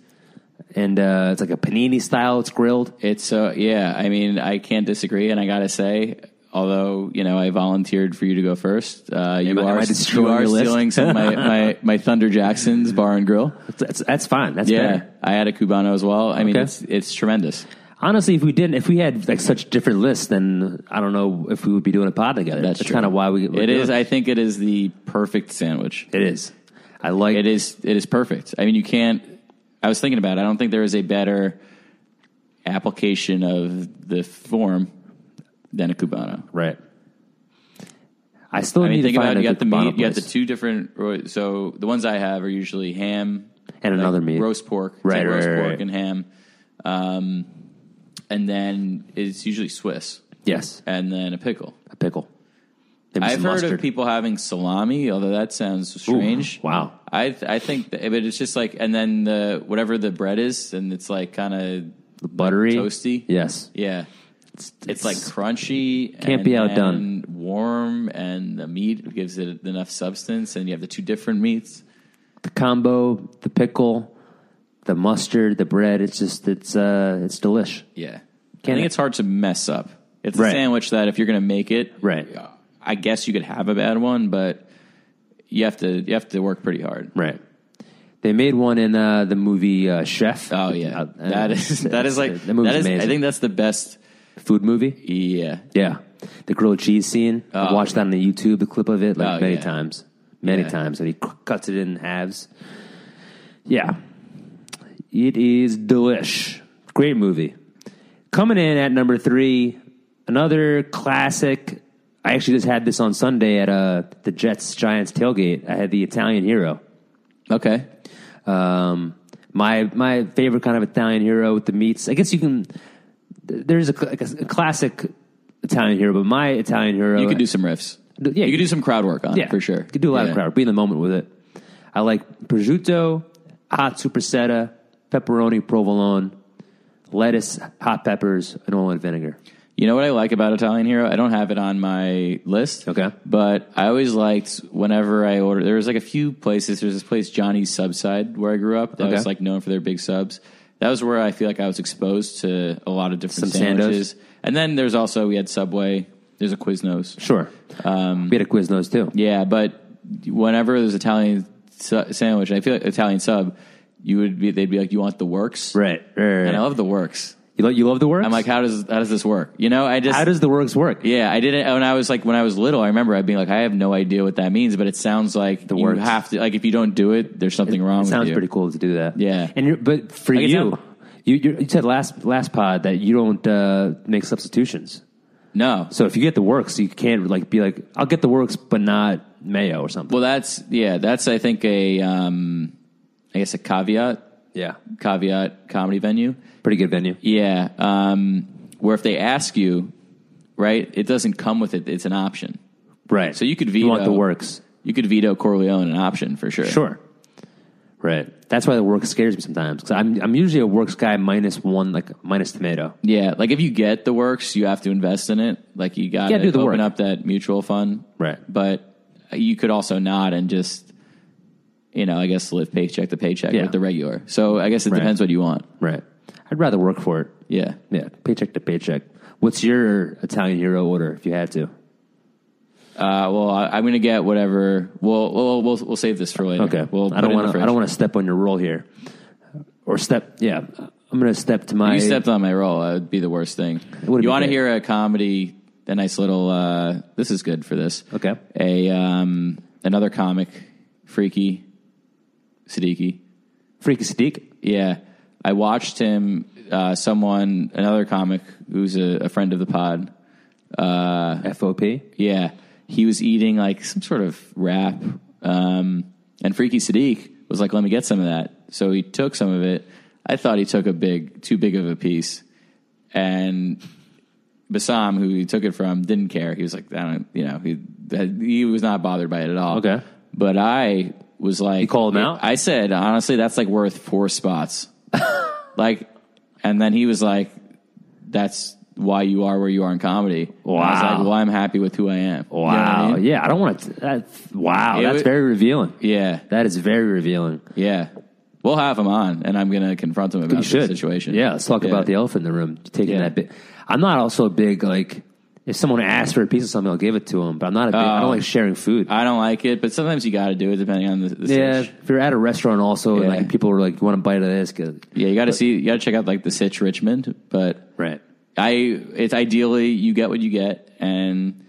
B: and uh, it's like a panini style. It's grilled.
A: It's so yeah. I mean, I can't disagree, and I gotta say, although you know, I volunteered for you to go first. Uh, you
B: I- am
A: are
B: I
A: you
B: destroying
A: are
B: your list?
A: stealing some of my, my my Thunder Jackson's Bar and Grill.
B: That's that's fine. That's
A: Yeah,
B: fair.
A: I had a cubano as well. I mean,
B: Okay.
A: it's it's tremendous.
B: Honestly, if we didn't, if we had like such different lists, then I don't know if we would be doing a pod together.
A: That's true.
B: kind of why we. we're
A: It
B: doing
A: is. I think it is the perfect sandwich.
B: It is. I like
A: It is. It is perfect. I mean, you can't. I was thinking about. it. I don't think there is a better application of the form than a cubano.
B: Right. I still
A: I mean,
B: need
A: think
B: to find
A: about
B: a
A: it. you got
B: good
A: the
B: Cubano
A: meat, you got the
B: place.
A: two different. So the ones I have are usually ham
B: And
A: like
B: another meat.
A: roast pork, It's
B: Right,
A: like
B: right,
A: roast
B: right,
A: pork
B: right.
A: and ham, um, and then it's usually Swiss,
B: Yes,
A: and then a pickle.
B: a pickle. Maybe
A: I've
B: some
A: heard
B: mustard.
A: of people having salami, although that sounds
B: Ooh,
A: strange.
B: wow.
A: I th- I think, that, but it's just like, and then the whatever the bread is, and it's like kind of
B: The buttery.
A: toasty.
B: Yes.
A: yeah. It's like crunchy,
B: Can't
A: and-
B: be outdone.
A: and warm, and the meat gives it enough substance, and you have the two different meats.
B: the combo, the pickle, the mustard, the bread. It's just it's uh it's delish.
A: Yeah, I
B: Can
A: think
B: it-
A: it's hard to mess up. It's a
B: Right.
A: sandwich that if you're going to make it,
B: Right.
A: I guess you could have a bad one, but you have to you have to work pretty hard.
B: Right. They made one in uh, the movie uh, Chef.
A: Oh yeah,
B: Uh,
A: that is that is like
B: the movie's
A: that is.
B: amazing.
A: I think that's the best.
B: food movie.
A: Yeah,
B: Yeah, the grilled cheese scene. I
A: Oh.
B: watched that on the YouTube, the clip of it, like
A: Oh,
B: many
A: yeah.
B: times, many
A: Yeah.
B: times, and he c- cuts it in halves. Yeah, it is delish. Great movie. Coming in at number three, another classic. I actually just had this on Sunday at uh, the Jets Giants tailgate. I had the Italian Hero.
A: okay.
B: Um, my my favorite kind of Italian hero with the meats. I guess you can. There's a, cl- like a, a classic Italian hero, but my Italian hero.
A: You could do some riffs.
B: Yeah.
A: you could do some crowd work on it,
B: yeah,
A: for sure.
B: Could do a lot
A: Yeah.
B: of crowd. Be in the moment with it. I like prosciutto, hot supersetta, pepperoni, provolone, lettuce, hot peppers, and oil and vinegar.
A: You know what I like about Italian Hero? I don't have it on my list.
B: Okay.
A: But I always liked whenever I order. There was like a few places. There's this place Johnny's Subside where I grew up that
B: Okay.
A: was like known for their big subs. That was where I feel like I was exposed to a lot of different
B: Some sandos.
A: sandwiches. And then there's also we had Subway. There's a Quiznos.
B: Sure. we had a Quiznos too.
A: Yeah, but whenever there's Italian su- sandwich, I feel like Italian sub, you would be. They'd be like, "You want the works?"
B: Right. right,
A: And I
B: right.
A: love the works.
B: You, lo- you love the works.
A: I'm like, how does how does this work? You know, I just
B: how does the works work?
A: Yeah, I didn't. When I was like, when I was little, I remember I being like, I have no idea what that means, but it sounds like you
B: words.
A: have to. Like, if you don't do it, there's something wrong.
B: It sounds
A: with you.
B: pretty cool to do that.
A: Yeah.
B: and you're, but for
A: Like, it
B: you,
A: sound-
B: you, you you said last last pod that you don't uh, make substitutions.
A: No,
B: So if you get the works, you can't like be like, I'll get the works, but not mayo or something.
A: well, that's yeah, that's I think a, um, I guess a caveat,
B: yeah,
A: caveat comedy venue.
B: pretty good venue.
A: Yeah, um, where if they ask you, right, it doesn't come with it. It's an option.
B: Right.
A: So you could veto.
B: you want the works?
A: You could veto Corleone an option for sure.
B: Sure. Right. That's why the works scares me sometimes because I'm I'm usually a works guy minus one like minus tomato.
A: Yeah, like if you get the works, you have to invest in it. Like you got to
B: gotta do
A: open
B: the work.
A: up that mutual fund,
B: Right.
A: But you could also not and just, you know, I guess live paycheck to paycheck
B: Yeah.
A: with the regular. So I guess it
B: Right.
A: depends what you want.
B: Right. I'd rather work for it.
A: Yeah,
B: Yeah, paycheck to paycheck. What's your Italian hero order if you had to?
A: Uh, well, I, I'm gonna get whatever. We'll we'll we'll, we'll save this for later.
B: Okay.
A: We'll
B: I don't
A: want
B: want to. I don't want to step on your roll here, or step. Yeah, I'm going to step to my.
A: You stepped on my roll. That would be the worst thing. You
B: would've been
A: want to
B: great.
A: hear a comedy? A nice little. Uh, this is good for this.
B: Okay.
A: A um, another comic, freaky, Siddiqui.
B: Freaky Sadiq.
A: Yeah, I watched him. Uh, someone, another comic who's a, a friend of the pod.
B: FOP.
A: Yeah, he was eating like some sort of wrap, um, and Freaky Sadiq was like, "Let me get some of that." So he took some of it. I thought he took a big, too big of a piece, and Bassam, who he took it from, didn't care. He was like, "I don't," you know, he he was not bothered by it at all.
B: Okay.
A: but I was like, "You
B: called him out?
A: I said, "Honestly, that's like worth four spots." like, and then he was like, "That's." Why you are where you are in comedy? And I was
B: Wow.
A: like, well, I'm happy with who I am. You know what I
B: Wow.
A: mean?
B: Yeah, I don't want to. That's, wow,
A: It
B: that's
A: was-
B: very revealing.
A: Yeah,
B: That is very revealing.
A: yeah. We'll have him on, and I'm going to confront him about
B: You
A: the
B: should.
A: situation.
B: Yeah, let's talk
A: Yeah.
B: about the elephant in the room. Taking
A: Yeah.
B: that bit. I'm not also a big like. If someone asks for a piece of something, I'll give it to them. But I'm not. A big, I
A: Oh.
B: don't like sharing food.
A: I don't like it, but sometimes you got to do it depending on the, the
B: yeah,
A: sitch.
B: if you're at a restaurant, also, and
A: Yeah.
B: like people are like, "You want a bite of this?" Good.
A: Yeah, you got to see, you got to check out like the sitch Richmond, but
B: Right.
A: I it's ideally you get what you get, and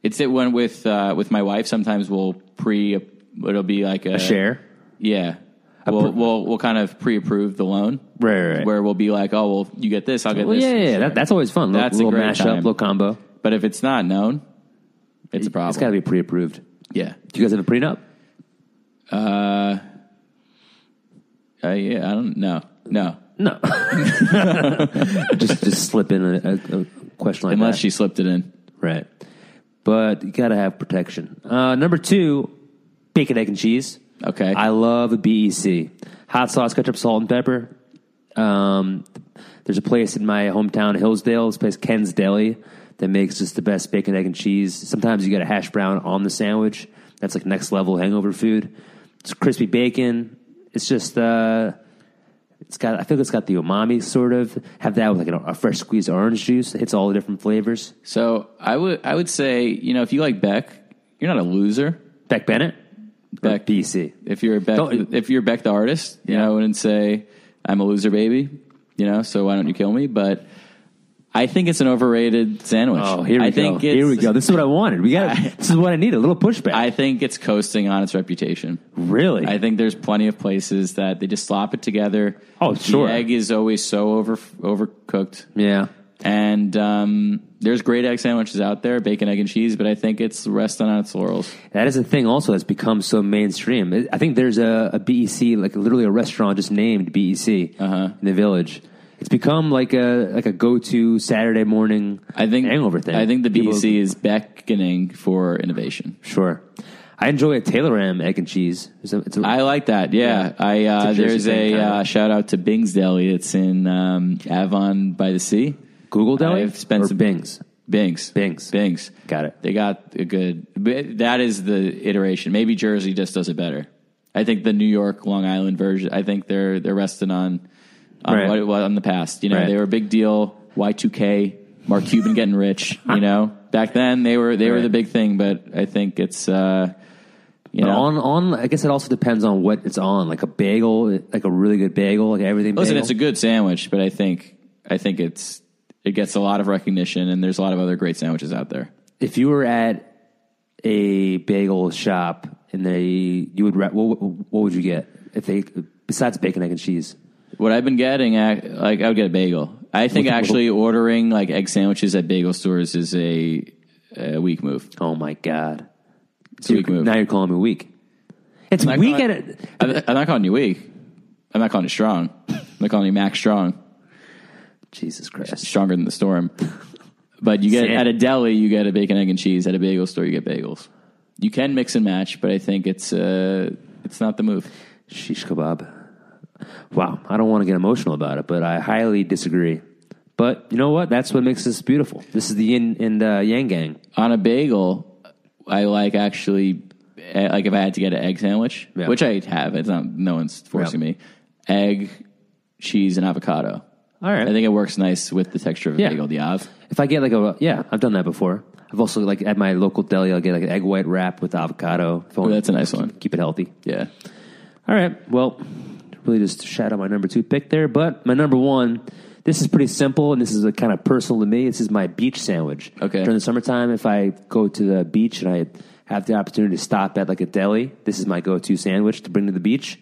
A: it's it when with uh, with my wife. Sometimes we'll pre it'll be like a,
B: Share.
A: Yeah, we'll, we'll we'll kind of pre-approve the loan,
B: Right, right, right.
A: Where we'll be like, oh, well, you get this, I'll get
B: Well,
A: this.
B: yeah, yeah, yeah. That, that's always fun. Little-
A: That's a
B: little
A: great
B: mashup,
A: time.
B: little combo.
A: But if it's not known, it's a problem.
B: It's got to be pre-approved.
A: yeah.
B: Do you guys have a prenup?
A: Uh, yeah, I don't know. No,
B: No. just just slip in a, a, a question like
A: unless
B: that.
A: she slipped it in.
B: right. But you got to have protection. Uh, number two, bacon, egg, and cheese.
A: Okay.
B: I love a BEC. Hot sauce, ketchup, salt, and pepper. Um, there's a place in my hometown, Hillsdale, this place, Ken's Deli, that makes just the best bacon, egg, and cheese. Sometimes you get a hash brown on the sandwich. That's like next level hangover food. It's crispy bacon. It's just, uh, it's got, I feel it's got the umami sort of. Have that with like a, a fresh squeezed orange juice. It hits all the different flavors.
A: So I would I would say you know if you like Beck, you're not a loser.
B: Beck Bennett? E
A: Beck.
B: BC.
A: If you're Beck,
B: Don't-
A: if you're Beck the artist, you
B: Yeah.
A: know, I wouldn't say I'm a loser, baby. You know, so why don't you kill me? But I think it's an overrated sandwich.
B: Oh, here we
A: I
B: go.
A: think it's,
B: here we go. This is what I wanted. We got. this is what I need. A little pushback.
A: I think it's coasting on its reputation.
B: really.
A: I think there's plenty of places that they just slop it together.
B: Oh, sure.
A: The egg is always so over overcooked.
B: yeah.
A: And um, there's great egg sandwiches out there, bacon, egg, and cheese, but I think it's resting on its laurels.
B: That is a thing. Also, that's become so mainstream. I- I think there's a, a BEC, like literally a restaurant just named BEC
A: Uh-huh.
B: in the village. It's become like a like a go to Saturday morning.
A: I think
B: hangover thing.
A: I think the
B: People-
A: BEC is beckoning for innovation.
B: Sure. I enjoy a Taylor Ram egg and cheese. It's a, it's a-
A: I like that. Yeah, I uh,
B: It's a Jersey
A: there's
B: thing,
A: a
B: kinda.
A: uh, shout out to Bing's Deli. It's in um, Avon by the Sea.
B: Google Deli
A: I've spent
B: or
A: some-
B: Bing's.
A: Bing's,
B: Bing's.
A: Bing's.
B: Got it.
A: They got a good. but That is the iteration. Maybe Jersey just does it better. I think the New York Long Island version. I think they're they're resting on on
B: Right.
A: what it was on the past. You know,
B: Right.
A: they were a big deal. Y two K, Mark Cuban getting rich. You know, back then they were they were
B: Right.
A: the big thing. But I think it's uh, you know.
B: On on. I guess it also depends on what it's on. Like a bagel, like a really good bagel, like everything.
A: Listen,
B: bagel.
A: it's a good sandwich, but I think I think it's it gets a lot of recognition, and there's a lot of other great sandwiches out there.
B: if you were at a bagel shop and they you would re- what, what would you get if they besides bacon egg and cheese
A: What I've been getting, ac- like I would get a bagel. I think actually ordering like egg sandwiches at bagel stores is a, a weak move.
B: oh my god
A: It's a weak move.
B: now you're calling me weak it's
A: not
B: weak at
A: calling-
B: it
A: I'm, I'm not calling you weak. I'm not calling you strong. I'm not calling you Max Strong,
B: jesus christ
A: stronger than the storm. But you get
B: Sam.
A: at a deli, you get a bacon, egg, and cheese. At a bagel store, you get bagels. You can mix and match, but I think it's uh, it's not the move.
B: shish kebab wow i don't want to get emotional about it but i highly disagree but you know what that's what makes this beautiful this is the yin and uh, yang gang
A: on a bagel, I like actually eh, like if I had to get an egg sandwich,
B: Yeah.
A: which I have. It's not no one's forcing
B: Yeah.
A: me. Egg, cheese, and avocado.
B: all right
A: I think it works nice with the texture of a
B: Yeah.
A: bagel. The av.
B: If I get like a yeah, I've done that before. I've also like at my local deli, I'll get like an egg white wrap with avocado. If I wanna
A: that's a nice
B: keep-
A: one.
B: Keep it healthy.
A: Yeah.
B: All right. Well, really just shout out my number two pick there, but my number one. This is pretty simple, and this is a kind of personal to me. This is my beach sandwich.
A: Okay.
B: During the summertime, if I go to the beach and I have the opportunity to stop at like a deli, this is my go-to sandwich to bring to the beach.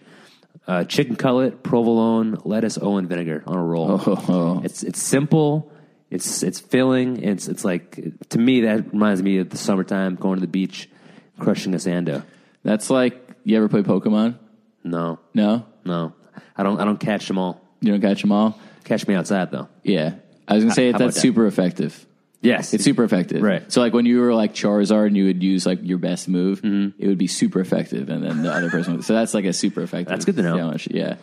B: uh, chicken cutlet, provolone, lettuce, oh, and vinegar on a roll.
A: Oh.
B: It's it's simple. It's it's filling. It's it's like to me that reminds me of the summertime, going to the beach, crushing a sando.
A: That's like you ever play Pokemon?
B: No,
A: No,
B: no, I don't. I don't catch them all.
A: you don't catch them all.
B: Catch me outside though.
A: Yeah, I was gonna say
B: How about
A: that's
B: that?
A: super effective.
B: Yes,
A: It's super effective,
B: Right.
A: So like when you were like Charizard and you would use like your best move,
B: Mm-hmm.
A: it would be super effective, and then the other person. Would, so that's like a super effective.
B: That's good to know.
A: Sandwich. Yeah,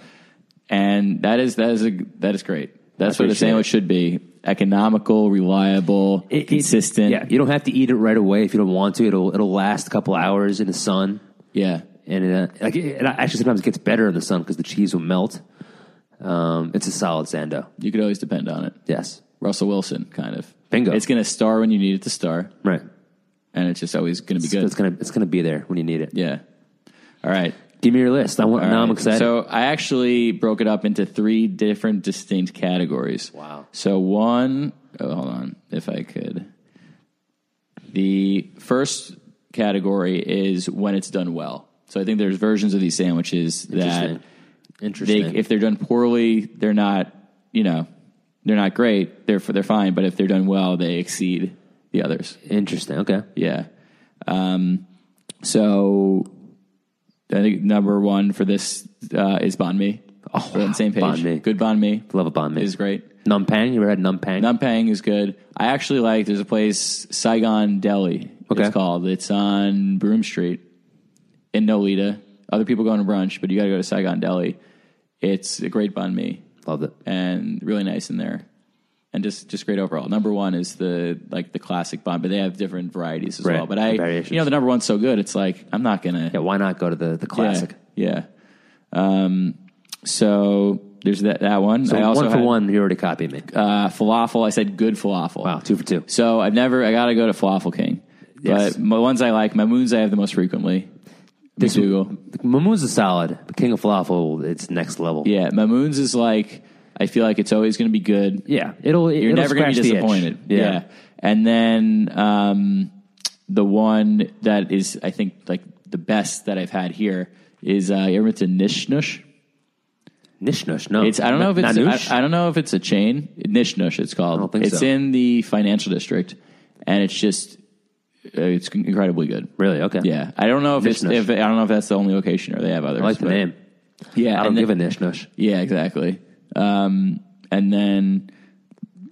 A: and that is that is a that is great. That's
B: I
A: what a
B: appreciate
A: sandwich should be: economical, reliable,
B: It- it-
A: consistent.
B: yeah, you don't have to eat it right away if you don't want to. It'll it'll last a couple hours in the sun,
A: yeah,
B: and uh, like it, it actually sometimes it gets better in the sun because the cheese will melt. Um, it's a solid sando.
A: you could always depend on it.
B: Yes,
A: Russell Wilson, kind of
B: Bingo.
A: It's going to star when you need it to star,
B: right.
A: and it's just always going to be
B: So
A: good.
B: it's gonna it's gonna be there when you need it.
A: Yeah. All right.
B: Give me your list. I want,
A: All
B: now I'm
A: right.
B: excited.
A: So I actually broke it up into three different distinct categories.
B: Wow.
A: So one, oh, hold on, if I could. The first category is when it's done well. So I think there's versions of these sandwiches that
B: Interesting.
A: they,
B: Interesting.
A: if they're done poorly, they're not, you know, they're not great. They're they're fine, but if they're done well, they exceed the others.
B: Interesting. Okay.
A: Yeah. Um, so I think number one for this uh, is banh mi. Oh, We're on the same page.
B: banh mi.
A: Good banh mi
B: Love a banh mi.
A: is great.
B: Numpang. You ever had numpang?
A: Numpang is good. I actually like. There's a place Saigon Deli.
B: Okay.
A: It's called. It's on Broom Street in Nolita. Other people go to brunch, but you got to go to Saigon Deli. It's a great banh mi
B: Love it.
A: and really nice in there. And just, just great overall. Number one is the like the classic bond, but they have different varieties as
B: Right,
A: well. But I,
B: variations.
A: you know, the number one's so good, it's like I'm not gonna
B: Yeah. Why not go to the the classic?
A: Yeah, yeah. Um, so there's that that one. I
B: So
A: also
B: one for
A: had,
B: one. You already copied me.
A: uh, falafel. I said good falafel.
B: wow. Two for two.
A: So I've never. I gotta go to Falafel King.
B: Yes.
A: But my ones I like, my moons I have the most frequently. McDougal.
B: Mamoon's a solid. But King of Falafel. It's next level.
A: Yeah, my moons is like. I feel like it's always going to be good.
B: Yeah, it'll.
A: you're never going to be disappointed. Yeah. And then um, the one that is, I think, like the best that I've had here is uh, you ever been to Nishnush?
B: Nishnush. No,
A: It's I don't know if
B: N-
A: it's
B: Nanush?
A: I, I don't know if it's a chain Nishnush. It's called. I
B: don't think
A: it's
B: so.
A: in the financial district, and it's just uh, it's incredibly good.
B: really okay.
A: Yeah, I don't know if it's
B: Nishnush.
A: if I don't know if that's the only location or they have others.
B: I like the
A: but-
B: name.
A: Yeah,
B: I
A: and
B: don't give a Nishnush.
A: Yeah, exactly. Um, and then,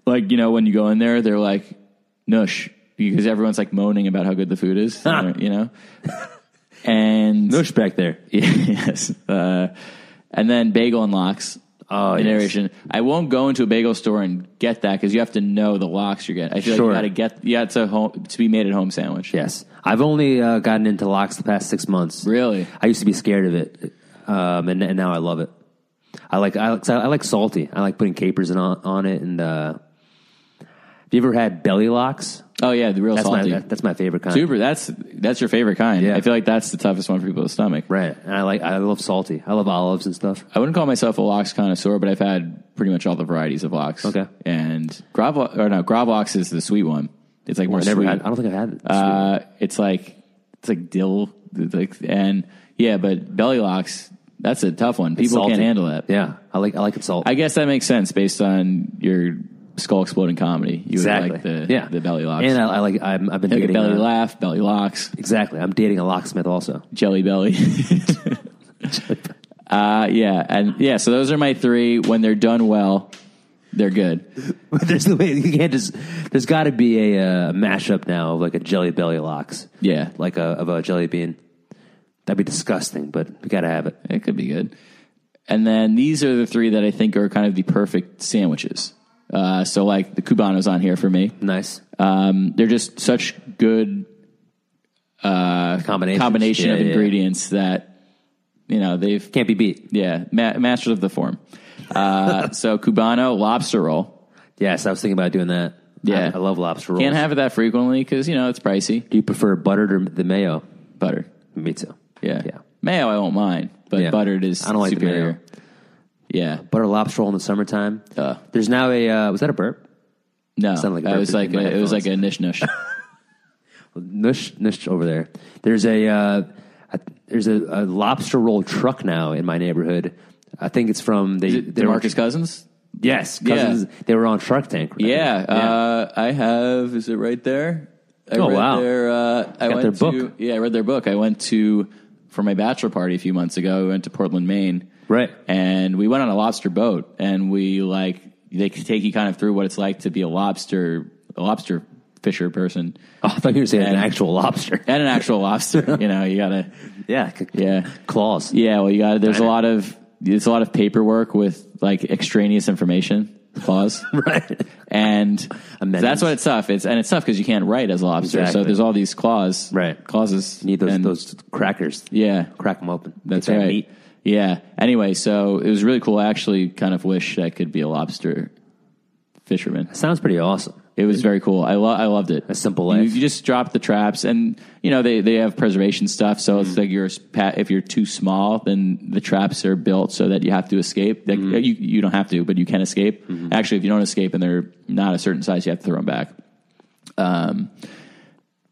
A: like you know, when you go in there, they're like, "Nush," because everyone's like moaning about how good the food is, you know. And
B: Nush back there.
A: yes, uh, and then bagel and lox.
B: Oh,
A: in
B: yes.
A: narration. I won't go into a bagel store and get that because you have to know the locks you're getting. I feel
B: Sure.
A: like you got to get yeah, it's a home to be made at home sandwich.
B: Yes, I've only uh, gotten into locks the past six months.
A: Really?
B: I used to be scared of it, um, and, and now I love it. I like I like, I like salty. I like putting capers in, on, on it. And uh, have you ever had belly locks?
A: Oh yeah, the real
B: That's
A: salty.
B: my that's my favorite kind.
A: Super. That's that's your favorite kind.
B: Yeah.
A: I feel like that's the toughest one for people to stomach.
B: Right, and I like I love salty. I love olives and stuff.
A: I wouldn't call myself a lox connoisseur, but I've had pretty much all the varieties of lox.
B: Okay.
A: And grav or no, gravlax is the sweet one. It's like more
B: I never
A: sweet.
B: had. I don't think I've had. It.
A: uh, it's like it's like dill, it's like and yeah, but belly locks. That's a tough one. People
B: Salty.
A: can't handle that.
B: Yeah, I like I like it salty.
A: I guess that makes sense based on your skull exploding comedy. You would like the
B: yeah.
A: the belly locks.
B: And uh, I, I like I'm, I've been
A: like a
B: dating
A: belly
B: a-
A: laugh, belly locks.
B: Exactly. I'm dating a locksmith also.
A: Jelly Belly. uh, yeah, and yeah. So those are my three. When they're done well, they're good.
B: there's the way you can't just. There's got to be a uh, mashup now of like a jelly belly locks.
A: Yeah,
B: like a of a jelly bean. That'd be disgusting, but we gotta have it.
A: it could be good. And then these are the three that I think are kind of the perfect sandwiches. Uh, so like the Cubanos on here for me.
B: Nice
A: Um, they're just such good
B: Uh, combination.
A: combination
B: Yeah,
A: of
B: yeah, yeah.
A: ingredients that you know they've
B: Can't be beat.
A: yeah ma- masters of the form. Uh, so Cubano lobster roll
B: Yes, I was thinking about doing that.
A: Yeah.
B: I, I love lobster rolls.
A: can't have it that frequently because you know it's pricey.
B: Do you prefer buttered or the mayo?
A: Butter.
B: Me too.
A: Yeah.
B: Yeah.
A: Mayo I won't mind, but
B: Yeah.
A: buttered is
B: I don't like the
A: superior. Yeah.
B: Butter lobster roll in the summertime.
A: Uh.
B: There's now a uh, was that a burp?
A: No.
B: Sounded like a
A: I was
B: burp
A: like
B: in my
A: a, it was
B: headphones.
A: like a nish nush.
B: Nush nush over there. There's a uh, I, there's a, a lobster roll truck now in my neighborhood. I think it's from they. they were-
A: Demarcus Cousins.
B: Yes,
A: Yeah.
B: cousins. They were on Shark Tank. right?
A: Yeah, Uh, I have. Is it right there? I
B: Oh,
A: read
B: wow.
A: Their, uh, I
B: Got
A: went
B: their
A: to,
B: book.
A: Yeah, I read their book. I went to for my bachelor party a few months ago. I went to Portland, Maine.
B: Right.
A: and we went on a lobster boat, and we like they take you kind of through what it's like to be a lobster a lobster fisher person
B: Oh, I thought you were saying an
A: And-
B: actual lobster.
A: and an actual lobster. You know, you gotta
B: Yeah, c-
A: yeah.
B: claws.
A: Yeah, well, you got there's a lot of there's a lot of paperwork with like extraneous information clause,
B: Right.
A: And
B: Amendments.
A: that's what it's tough. It's and it's tough because you can't write as a lobster.
B: Exactly.
A: So there's all these clause
B: Right.
A: clauses.
B: Need those
A: and-
B: those crackers.
A: Yeah,
B: Crack them open.
A: that's
B: Get that
A: right.
B: meat.
A: Yeah. Anyway, so it was really cool. I actually kind of wish I could be a lobster fisherman.
B: Sounds pretty awesome.
A: It was very cool. I lo- I loved it.
B: A simple
A: You,
B: life.
A: you just drop the traps, and you know they, they have preservation stuff. So
B: Mm.
A: it's like you're a spa- if you're too small, then the traps are built so that you have to escape. Like,
B: Mm-hmm.
A: You you don't have to, but you can escape. Actually, if you don't escape and they're not a certain size, you have to throw them back. Um,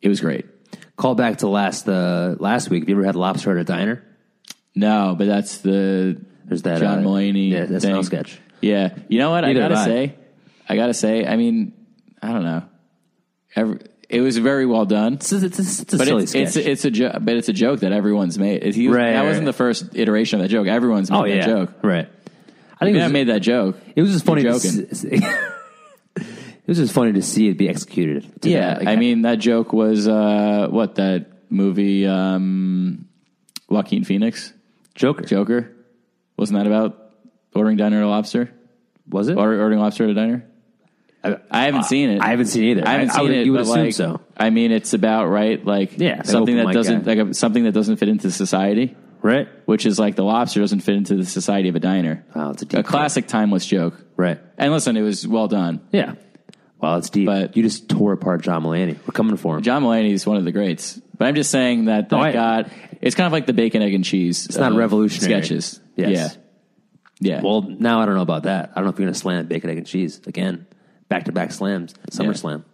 A: it was great.
B: Call back to last uh, last week. Have you ever had lobster at a diner?
A: No, but that's the
B: There's that,
A: John
B: uh,
A: Mulaney.
B: yeah, that's
A: thing.
B: not a sketch.
A: Yeah, you know what?
B: Neither
A: I gotta
B: have I.
A: say, I gotta say. I mean, I don't know. Every, it was very well done.
B: It's, it's, it's, it's a
A: But
B: silly
A: it's,
B: sketch.
A: it's it's a jo- but it's a joke that everyone's made. It- he was-
B: Right,
A: that
B: right,
A: wasn't the
B: right.
A: first iteration of that joke. Everyone's made
B: oh
A: that
B: yeah,
A: joke.
B: right. I
A: I
B: think
A: mean,
B: it
A: I
B: was,
A: made that joke.
B: it was just funny. To,
A: joking.
B: s- it was just funny to see it be executed. to
A: Yeah,
B: that, like,
A: I mean that joke was uh, what that movie um, Joaquin Phoenix
B: Joker
A: Joker wasn't that about ordering diner at a lobster?
B: was it?
A: Order, ordering lobster at a diner?
B: I, uh,
A: I haven't seen it.
B: I haven't seen either.
A: I haven't
B: I- I
A: seen
B: would-
A: it.
B: you would
A: but,
B: assume
A: like,
B: so.
A: I mean, it's about right, like
B: Yeah, an
A: something
B: open
A: that
B: mic
A: doesn't
B: guy.
A: like a, something that doesn't fit into society,
B: right?
A: which is like the lobster doesn't fit into the society of a diner.
B: Wow, it's a deep
A: a classic timeless joke.
B: Right.
A: And listen, it was well done.
B: Yeah. Well, it's deep.
A: But-
B: you just tore apart John Mulaney. We're coming for him.
A: John Mulaney is one of the greats, but I'm just saying that that
B: I-
A: got it's kind of like the bacon, egg, and cheese. It's
B: not revolutionary.
A: sketches.
B: Yes.
A: Yeah, yeah.
B: Well, now I don't know about that. I don't know if you're going to slam bacon, egg, and cheese again. Back to back slams. Summer
A: Yeah.
B: slam.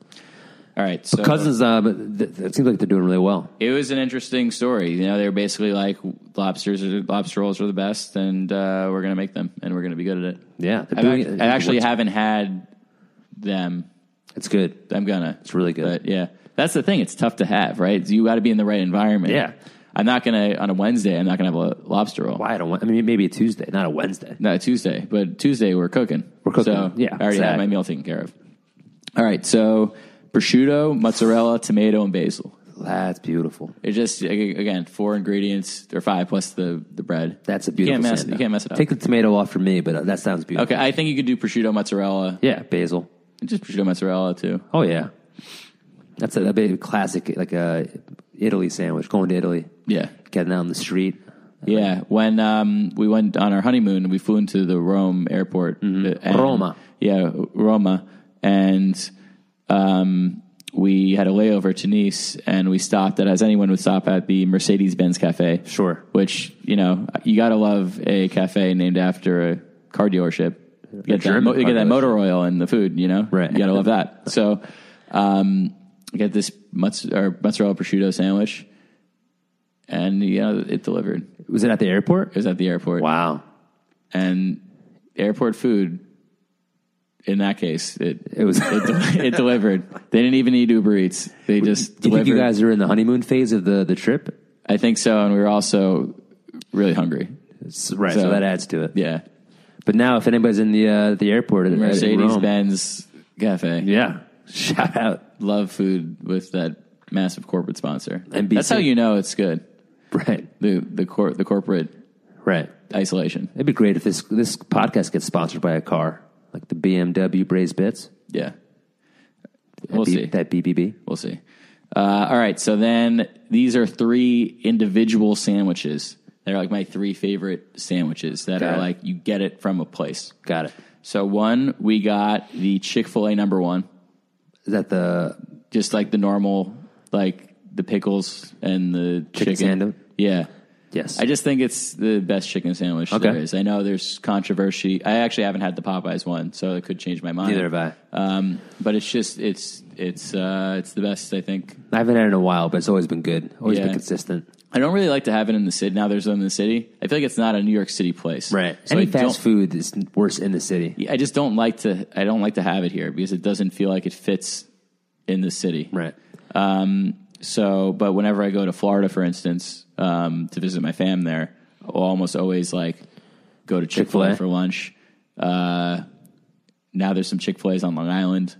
A: All right, so
B: Cousins, uh, but th- it seems like they're doing really well.
A: it was an interesting story. You know, they were basically like lobsters or lobster rolls are the best, and uh, we're going to make them, and we're going to be good at it.
B: Yeah, they're
A: I've
B: doing
A: act-
B: it.
A: I actually
B: It's-
A: haven't had them.
B: It's good.
A: I'm gonna.
B: It's really good.
A: But yeah, that's the thing. It's tough to have, right? You got to be in the right environment.
B: Yeah.
A: I'm not gonna on a Wednesday. I'm not gonna have a lobster roll.
B: Why I don't want? I mean, maybe a Tuesday, not a Wednesday.
A: Not Tuesday, but Tuesday we're cooking.
B: We're cooking,
A: So
B: yeah,
A: I already had
B: exactly.
A: my meal taken care of. All right, so prosciutto, mozzarella, tomato, and basil.
B: That's beautiful.
A: It just ag- again four ingredients or five plus the the bread.
B: That's a beautiful.
A: You can't mess,
B: sandwich.
A: you can't mess it up.
B: Take the tomato off for me, but uh, that sounds
A: okay,
B: beautiful.
A: I think you could do prosciutto, mozzarella,
B: Yeah, basil.
A: just prosciutto, mozzarella too.
B: Oh yeah, that's a, that'd be a classic, like a Italy sandwich. Going to Italy,
A: Yeah,
B: getting out on the street.
A: yeah. When um, we went on our honeymoon, we flew into the Rome airport. Uh, and-
B: Mm-hmm. Roma.
A: Yeah, Roma. And um, we had a layover to Nice and we stopped at, as anyone would stop at, the Mercedes Benz Cafe.
B: Sure.
A: Which, you know, you got to love a cafe named after a car dealership. You get, that,
B: German
A: mo- you
B: car
A: get that
B: dealership.
A: motor oil and the food, you know?
B: Right.
A: You got to love that. So um, you get this mozz- or mozzarella prosciutto sandwich and, you know, it delivered. It
B: Was it at the airport?
A: was at the airport
B: Wow,
A: and airport food in that case it
B: it was.
A: it delivered they didn't even need uber eats they just
B: Do you think
A: delivered
B: you guys are in the honeymoon phase of the the trip?
A: i think so and we were also really hungry
B: S- Right, so,
A: So-
B: that adds to it.
A: yeah
B: But now, if anybody's in the uh, the airport, at- at Rome,
A: mercedes-benz cafe
B: yeah, shout out.
A: love food with that massive corporate sponsor
B: NBC.
A: that's how you know it's good
B: Right,
A: the the cor- the corporate
B: right.
A: isolation
B: It'd be great if this this podcast gets sponsored by a car, like the BMW Braze Bits.
A: yeah
B: That
A: we'll
B: B-
A: see
B: that BBB.
A: We'll see. Uh, all right. So then these are three individual sandwiches that are like my three favorite sandwiches that are
B: Got it.
A: like you get it from a place.
B: Got it.
A: So one, we got the Chick fil A number one,
B: Is that the
A: just like the normal, like the pickles and the chicken.
B: tandem?
A: Yeah.
B: Yes.
A: I just think it's the best chicken sandwich
B: Okay.
A: there is. I know there's controversy. I actually haven't had the Popeyes one, so it could change my mind.
B: Neither have I.
A: Um, but it's just it's it's uh, it's the best. I think.
B: I haven't had it in a while, but it's always been good. Always
A: Yeah.
B: been consistent.
A: I don't really like to have it in the city. Now there's one in the city. I feel like it's not a New York City place, So
B: Any
A: I
B: fast
A: don't-
B: food is worse in the city.
A: I just don't like to. I don't like to have it here because it doesn't feel like it fits in the city.
B: Right.
A: So, but whenever I go to Florida, for instance, um, to visit my fam there, I'll almost always like go to Chick Fil
B: Chick-fil-A?
A: A for lunch. Uh, now there's some Chick Fil A's on Long Island.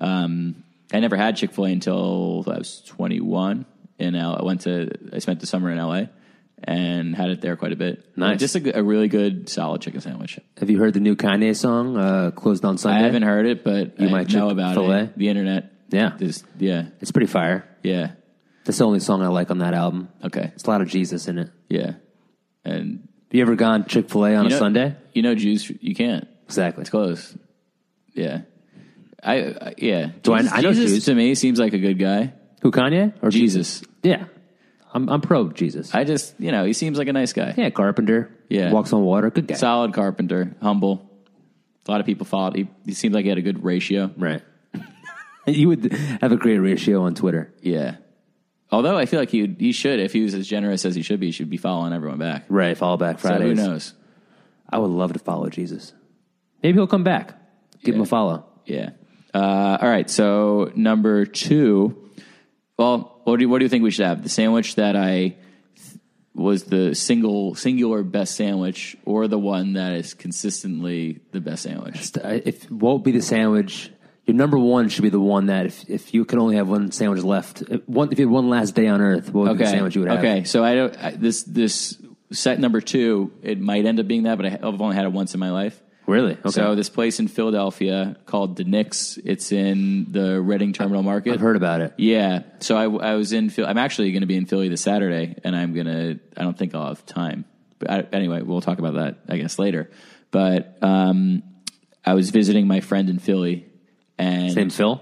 A: Um, I never had Chick Fil A until I was 21, and I went to I spent the summer in LA and had it there quite a bit. Uh,
B: Nice.
A: just a, g- a really good solid chicken sandwich.
B: Have you heard the new Kanye song, uh, Closed on
A: I
B: Sunday?
A: haven't heard it, but
B: You
A: I
B: might
A: know about
B: Chick-fil-A?
A: it. The internet,
B: Yeah.
A: is yeah,
B: It's pretty fire.
A: yeah,
B: That's the only song I like on that album.
A: okay,
B: It's a lot of Jesus in it. Have
A: yeah, and
B: you ever gone Chick fil A on
A: You
B: a
A: know-
B: Sunday?
A: You know, Jews, you can't.
B: Exactly.
A: It's close. Yeah. I, I yeah.
B: Do I- I know
A: Jesus
B: Jews.
A: to me seems like a good guy.
B: Who, Kanye? Or
A: Jesus.
B: Yeah. I'm, I'm pro Jesus.
A: I just, you know, he seems like a nice guy.
B: yeah, carpenter.
A: Yeah.
B: Walks on water. Good guy.
A: Solid carpenter, humble. A lot of people followed. He, he seemed like he had a good ratio.
B: right. you would have a great ratio on Twitter.
A: Yeah. Although I feel like he would- he should, if he was as generous as he should be, he should be following everyone back.
B: Right. Follow back
A: So who
B: Fridays.
A: knows?
B: I would love to follow Jesus. Maybe he'll come back. Give him a follow.
A: Yeah. Uh, all right. So number two. Well, what do you, what do you think we should have? The sandwich that I th- was the single singular best sandwich, or the one that is consistently the best sandwich?
B: Just, uh, if won't be the sandwich. Your number one should be the one that if, if you could only have one sandwich left, if one, if you had one last day on earth, what would be the sandwich you would have?
A: Okay. So I don't. I, this this set number two. It might end up being that, but I, have only had it once in my life.
B: Really? Okay.
A: So this place in Philadelphia called the Knicks. It's in the Reading Terminal Market.
B: I've heard about it.
A: Yeah. So I, I was in Philly. I'm actually going to be in Philly this Saturday, and I'm going to, I don't think I'll have time. But I, anyway, we'll talk about that, I guess, later. But um, I was visiting my friend in Philly, and
B: Same Phil?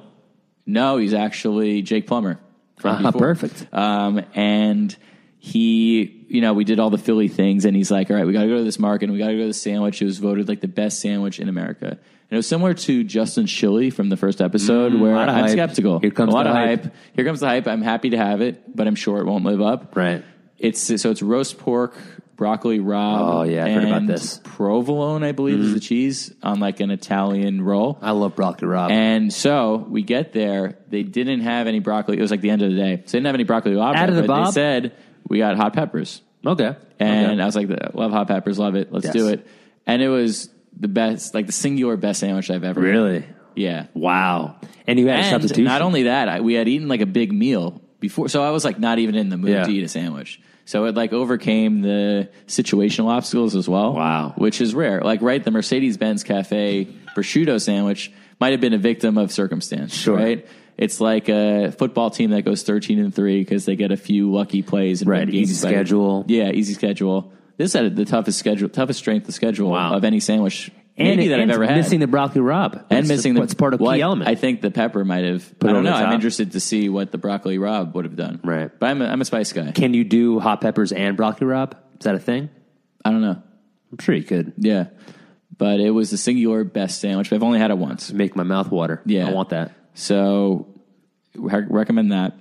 A: no, he's actually Jake Plummer. from
B: Ah,
A: before.
B: perfect.
A: Um, and he, you know, we did all the Philly things, and he's like, "All right, we got to go to this market, and we got to go to the sandwich." It was voted like the best sandwich in America, and it was similar to Justin Shilley from the first episode, where
B: Mm, lot of
A: I'm
B: hype.
A: skeptical.
B: Here comes
A: a lot
B: the
A: of
B: hype.
A: Here comes the hype. I'm happy to have it, but I'm sure it won't live up.
B: Right.
A: It's so it's roast pork, broccoli rob.
B: Oh, yeah, I've heard about
A: and
B: this. Mm-hmm.
A: Provolone, I believe, is the cheese on like an Italian roll.
B: I love broccoli Rob.
A: And so we get there. They didn't have any broccoli. It was like the end of the day. So they didn't have any broccoli lobster.
B: Out of the
A: but
B: bob?
A: they said we got hot peppers.
B: okay.
A: And uh,
B: Okay.
A: I was like, love hot peppers, love it. Let's
B: Yes.
A: do it. And it was the best, like the singular best sandwich I've ever had.
B: really?
A: Yeah.
B: Wow. And you had a
A: And
B: substitution.
A: not only that, I, we had eaten like a big meal before. So I was like not even in the mood
B: Yeah.
A: to eat a sandwich. So it like overcame the situational obstacles as well.
B: Wow.
A: Which is rare. Like, right, the Mercedes Benz Cafe prosciutto sandwich might have been a victim of circumstance.
B: Sure.
A: Right? It's like a football team that goes 13 and 3 because they get a few lucky plays and
B: Right,
A: win games
B: easy
A: by-
B: schedule.
A: Yeah, easy schedule. This had the toughest schedule, toughest strength of schedule
B: Wow.
A: of any sandwich
B: and
A: maybe
B: it-
A: that
B: and
A: I've ever had
B: missing the broccoli Rob.
A: and missing the
B: It's part of
A: well,
B: key
A: I-
B: element.
A: I think the pepper might have.
B: it
A: I
B: over
A: don't know.
B: the
A: I'm
B: top.
A: interested to see what the broccoli Rob would have done.
B: Right.
A: but I'm a, I'm a spice guy.
B: Can you do hot peppers and broccoli Rob? Is that a thing?
A: I don't know.
B: I'm sure you could.
A: Yeah, but it was the singular best sandwich. But I've only had it once,
B: Make my mouth water.
A: Yeah.
B: I want that.
A: so re- recommend that.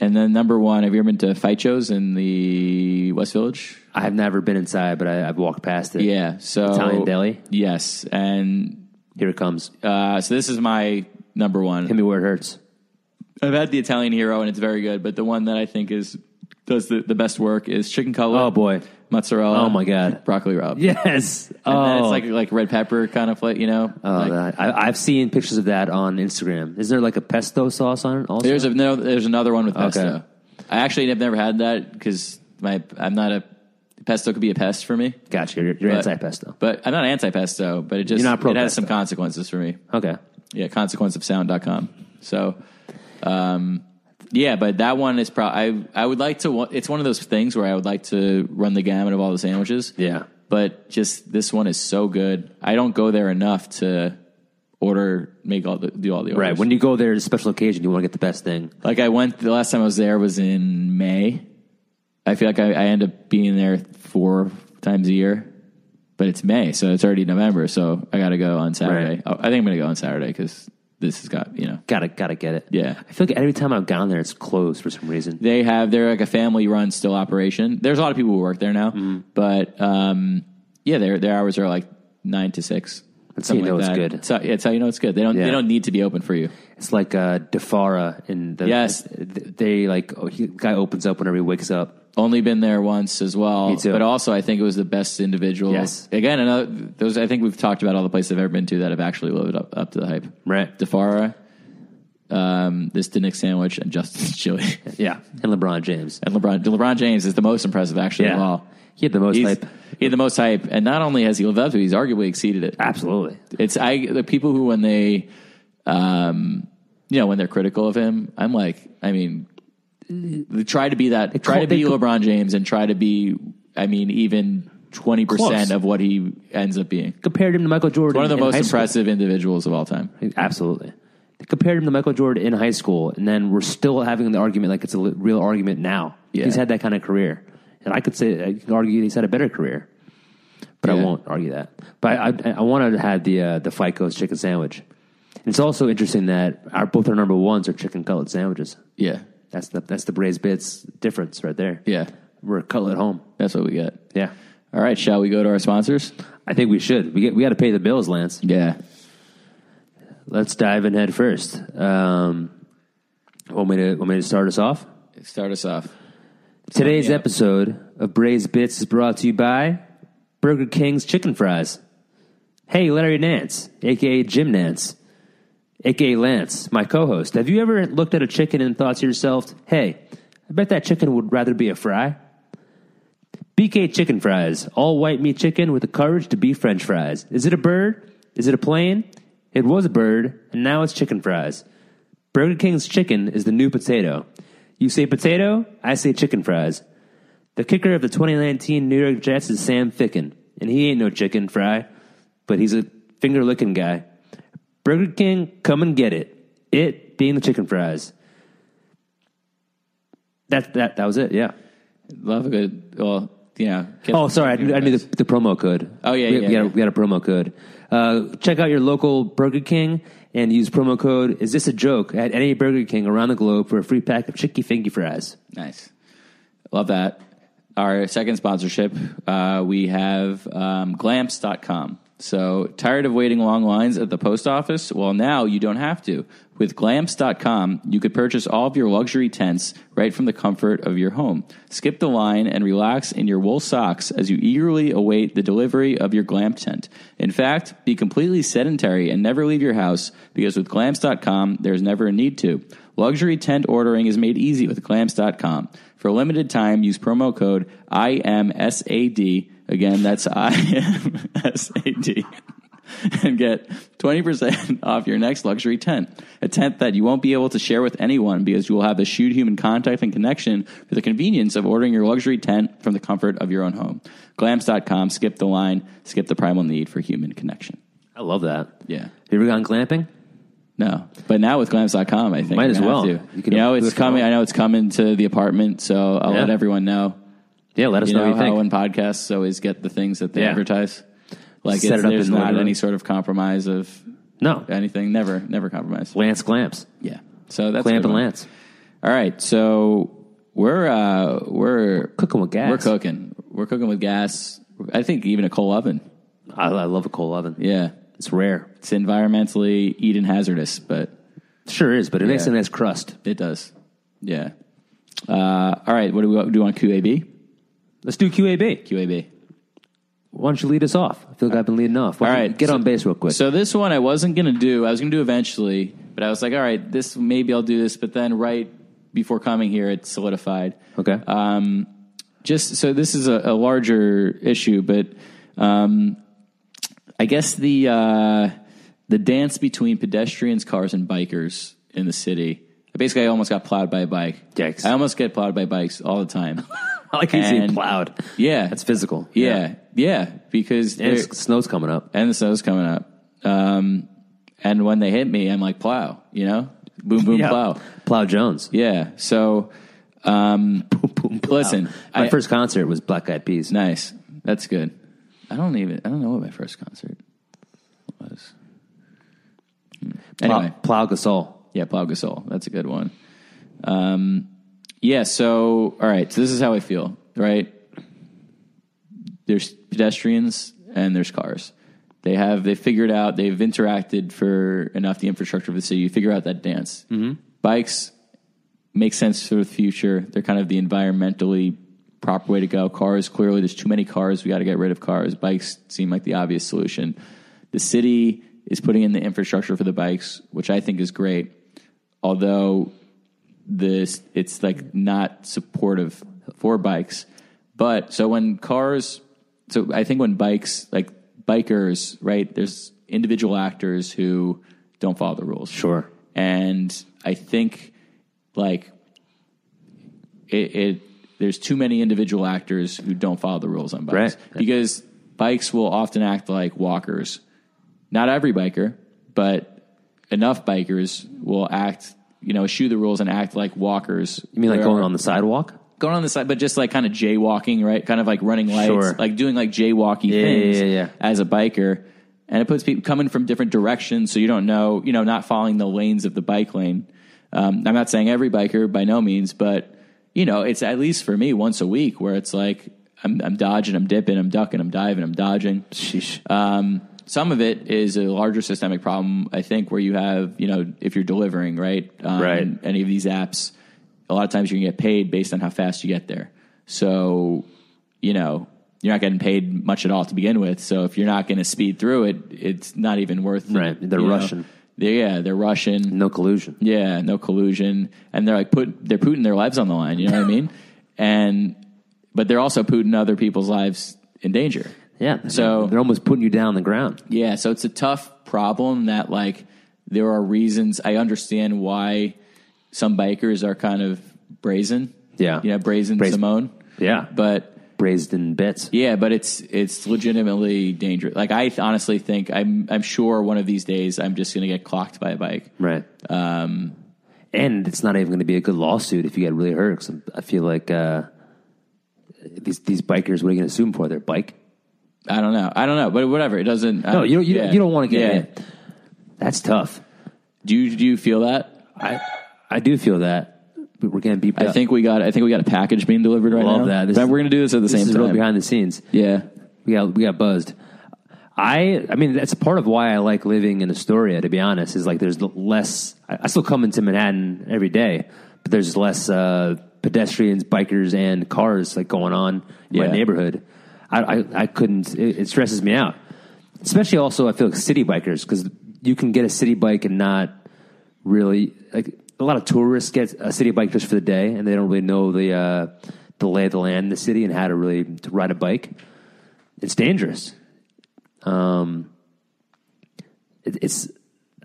A: And then number one, have you ever been to Ficho's in the West Village?
B: I have never been inside, but I, I've walked past it.
A: Yeah, so
B: Italian deli?
A: Yes, and
B: Here it comes.
A: uh, so this is my number one.
B: Hit me where it hurts.
A: I've had the Italian Hero, and it's very good. But the one that I think is does the, the best work is chicken color.
B: Oh boy.
A: mozzarella.
B: Oh, my God.
A: broccoli rob.
B: Yes.
A: and then
B: oh,
A: it's like like red pepper kind of like you know.
B: Oh,
A: like,
B: that- I, I've seen pictures of that on Instagram. Is there like a pesto sauce on it? Also,
A: there's a no, there's another one with pesto.
B: Okay.
A: I actually have never had that because my I'm not a pesto could be a pest for me.
B: gotcha. You're, you're
A: But-
B: anti pesto.
A: But I'm not anti pesto, but it just
B: You're not pro
A: it has some
B: pesto.
A: consequences for me.
B: Okay,
A: Yeah, consequenceofsound.com. So, um, yeah, but that one is probably, I, I would like to, wa- it's one of those things where I would like to run the gamut of all the sandwiches.
B: Yeah.
A: But just this one is so good. I don't go there enough to order, make all the, do all the orders.
B: right. When you go there, it's a special occasion. You want to get the best thing.
A: like I went, the last time I was there was in May. I feel like I, I end up being there four times a year, but it's May, so it's already November. So I got to go on Saturday.
B: Right.
A: Oh, I think I'm going to go on Saturday because this has got you know
B: Gotta gotta get it.
A: Yeah.
B: I feel like every time I've gone there, it's closed for some reason.
A: they have they're like a family run still operation. There's a lot of people who work there now,
B: Mm-hmm.
A: but um, yeah, their their hours are like nine to six.
B: That's how
A: something
B: you know
A: like
B: it's
A: that.
B: good.
A: So, yeah, it's how you know it's good. They don't
B: Yeah.
A: they don't need to be open for you.
B: It's like uh, Defara in the
A: Yes.
B: They like oh, he, guy opens up whenever he wakes up.
A: Only been there once as well.
B: Me too.
A: But also, I think it was the best individual.
B: Yes.
A: Again, another those. I think we've talked about all the places I've ever been to that have actually lived up, up to the hype.
B: Right.
A: Defara, um, this Dinick sandwich, and Justin's chili,
B: Yeah, and LeBron James.
A: and LeBron. LeBron James is the most impressive actually
B: Yeah,
A: of all.
B: he had the most
A: He's,
B: hype.
A: He had the most hype, and not only has he lived up to, it, he's arguably exceeded it.
B: Absolutely.
A: It's I the people who when they, um, you know, when they're critical of him, I'm like, I mean, they try to be that, try to
B: they
A: be
B: call-
A: LeBron James, and try to be, I mean, even twenty
B: Close.
A: percent of what he ends up being.
B: Compared him to Michael Jordan.
A: One of the
B: in
A: most
B: high school.
A: impressive individuals of all time.
B: Absolutely. They compared him to Michael Jordan in high school, and then we're still having the argument like it's a li- real argument now.
A: Yeah.
B: He's had that kind of career, and I could say I could argue he's had a better career, but I
A: Yeah.
B: won't argue that. But I, I, I want to have the uh, the Fico's chicken sandwich. And it's also interesting that our both our number ones are chicken cutlet sandwiches.
A: Yeah,
B: That's the that's the braised bits difference right there.
A: yeah,
B: We're a cutlet home.
A: that's what we get.
B: Yeah,
A: All right, shall we go to our sponsors?
B: I think we should. We get, we got to pay the bills, Lance.
A: Yeah,
B: Let's dive in head first. Um, want me to want me to start us off?
A: start us off.
B: Today's
A: Yeah.
B: episode of Braised Bits is brought to you by Burger King's Chicken Fries. Hey, Larry Nance, aka Jim Nance, aka Lance, my co host. Have you ever looked at a chicken and thought to yourself, hey, I bet that chicken would rather be a fry? BK Chicken Fries, all white meat chicken with the courage to be French fries. Is it a bird? Is it a plane? It was a bird, and now it's chicken fries. Burger King's chicken is the new potato. You say potato, I say chicken fries. The kicker of the 2019 New York Jets is Sam Ficken, and he ain't no chicken fry, but he's a finger licking guy. Burger King, come and get it. It being the chicken fries. That that that was it. Yeah.
A: Love a good. Well, you know. get-
B: Oh, sorry, I, I knew the, the promo code.
A: Oh, yeah,
B: we,
A: yeah,
B: we got, a,
A: yeah.
B: we got a promo code. Uh, check out your local Burger King and use promo code. Is this a joke? At any Burger King around the globe for a free pack of Chicky Fingy fries.
A: Nice. Love that. Our second sponsorship, uh, we have um, glamps.com. So, tired of waiting long lines at the post office? Well, now you don't have to. With glamps.com, you could purchase all of your luxury tents right from the comfort of your home. Skip the line and relax in your wool socks as you eagerly await the delivery of your glamp tent. In fact, be completely sedentary and never leave your house because with glamps.com, there's never a need to. Luxury tent ordering is made easy with glamps.com. For a limited time, use promo code IMSAD. Again, that's IMSAD. And get 20% off your next luxury tent. A tent that you won't be able to share with anyone because you will have eschewed human contact and connection for the convenience of ordering your luxury tent from the comfort of your own home. Glamps.com, skip the line, skip the primal need for human connection.
B: I love that.
A: Yeah.
B: You ever gone glamping?
A: No, but now with glamps.com, I think
B: Might
A: I
B: as
A: have
B: well.
A: to.
B: You
A: You,
B: can
A: know,
B: do
A: it's
B: it from
A: coming.
B: home.
A: I know it's coming to the apartment, so I'll
B: Yeah.
A: let everyone know.
B: Yeah, let us
A: You
B: know,
A: know,
B: what you
A: how
B: think.
A: when podcasts always get the things that they
B: Yeah.
A: advertise. Like
B: Set
A: it's,
B: it up
A: there's
B: in
A: not
B: order.
A: any sort of compromise of
B: no,
A: anything. Never, never compromise.
B: Lance Glamps,
A: Yeah. So that's a
B: Clamp
A: good
B: and
A: one.
B: Lance,
A: All right, so we're uh, we're
B: cooking with gas.
A: we're cooking. We're cooking with gas. I think even a coal oven.
B: I, I love a coal oven.
A: Yeah,
B: It's rare.
A: it's environmentally Eden hazardous, but
B: Sure is, but it makes a
A: Yeah.
B: nice crust.
A: It does. Yeah. Uh, all right. What do we do? We want QAB?
B: Let's do QAB.
A: QAB.
B: Why don't you lead us off? I feel like I've been leading off. Why
A: All
B: don't you
A: right,
B: get
A: so-
B: on base real quick.
A: So this one I wasn't gonna do. I was gonna do eventually, but I was like, all right, this maybe I'll do this. But then right before coming here, it solidified.
B: okay.
A: Um, just so this is a, a larger issue, but um, I guess the uh, the dance between pedestrians, cars, and bikers in the city. Basically, I almost got plowed by a bike.
B: Yikes.
A: I almost get plowed by bikes all the time.
B: I like how you say
A: and-
B: plowed.
A: Yeah,
B: That's physical.
A: Yeah, yeah, because
B: And
A: they're-
B: it's, snow's coming up.
A: and the snow's coming up. Um, and when they hit me, I'm like plow, you know, boom, boom, plow.
B: Plow Jones.
A: Yeah. So Um,
B: Boom, boom, plow.
A: Listen,
B: my
A: I-
B: first concert was Black Eyed Peas.
A: nice. That's good. I don't even. I don't know what my first concert was. Hmm.
B: Plow-
A: Anyway,
B: Plow Gasol.
A: Yeah, Pau Gasol. That's a good one. Um, yeah, so, all right, so this is how I feel, right? There's pedestrians and there's cars. They have, they figured out, they've interacted for enough the infrastructure of the city. You figure out that dance. Mm-hmm. Bikes make sense for the future. They're kind of the environmentally proper way to go. Cars, clearly, there's too many cars. We got to get rid of cars. Bikes seem like the obvious solution. The city is putting in the infrastructure for the bikes, which I think is great. Although this, it's like not supportive for bikes. But so when cars, so I think when bikes, like bikers, right? There's individual actors who don't follow the rules
B: Sure.
A: and I think like it, it there's too many individual actors who don't follow the rules on bikes
B: Right.
A: because bikes will often act like walkers. Not every biker, but enough bikers will act, you know, eschew the rules and act like walkers.
B: You mean like going on the sidewalk?
A: going on the side, but just like kind of jaywalking, right? Kind of like running lights,
B: Sure.
A: like doing like jaywalky things
B: yeah, yeah.
A: as a biker. And it puts people coming from different directions, so you don't know, you know, not following the lanes of the bike lane. Um, I'm not saying every biker by no means, but you know, it's at least for me once a week where it's like I'm, I'm dodging, I'm dipping, I'm ducking, I'm diving, I'm dodging.
B: Sheesh.
A: Um, some of it is a larger systemic problem, I think, where you have, you know, if you're delivering, right? Um,
B: Right.
A: Any of these apps, a lot of times you can get paid based on how fast you get there. So, you know, you're not getting paid much at all to begin with. So if you're not going to speed through it, it's not even worth
B: Right. They're
A: you know.
B: Russian.
A: They- yeah, they're Russian.
B: no collusion.
A: Yeah, no collusion, and they're like put they're putting their lives on the line. You know what I mean? And but they're also putting other people's lives in danger.
B: Yeah.
A: So-
B: they're almost putting you down on the ground.
A: Yeah, so it's a tough problem that like there are reasons I understand why some bikers are kind of brazen.
B: Yeah.
A: You know, brazen,
B: Brazen.
A: Simone.
B: Yeah.
A: But
B: Raised in bits.
A: yeah, but it's it's legitimately dangerous. Like I honestly think I'm I'm sure one of these days I'm just going to get clocked by a bike.
B: Right. Um, and it's not even going to be a good lawsuit if you get really hurt. 'cause I feel like uh, these these bikers, what are you going to sue them for? Their bike?
A: I don't know. I don't know, but whatever. It doesn't
B: No, you don't, you, don't- you don't want to get hit. That's tough.
A: Do you do you feel that?
B: I I do feel that But we're getting beat.
A: I think we got I think we got a package being delivered right
B: Love
A: now.
B: that. This
A: Man,
B: is-
A: we're going to do this at the
B: this
A: same
B: is real
A: time.
B: behind the scenes.
A: yeah.
B: We got we got buzzed. I I mean that's part of why I like living in Astoria. To be honest, is like there's l- less. I, I still come into Manhattan every day, but there's less uh, pedestrians, bikers, and cars like going on in
A: Yeah.
B: my neighborhood. I I, I couldn't. It, it stresses me out. Especially also, I feel like city bikers because you can get a city bike and not really like a lot of tourists get a city bike just for the day and they don't really know the uh, the lay of the land in the city and how to really to ride a bike it's dangerous. Um, it, it's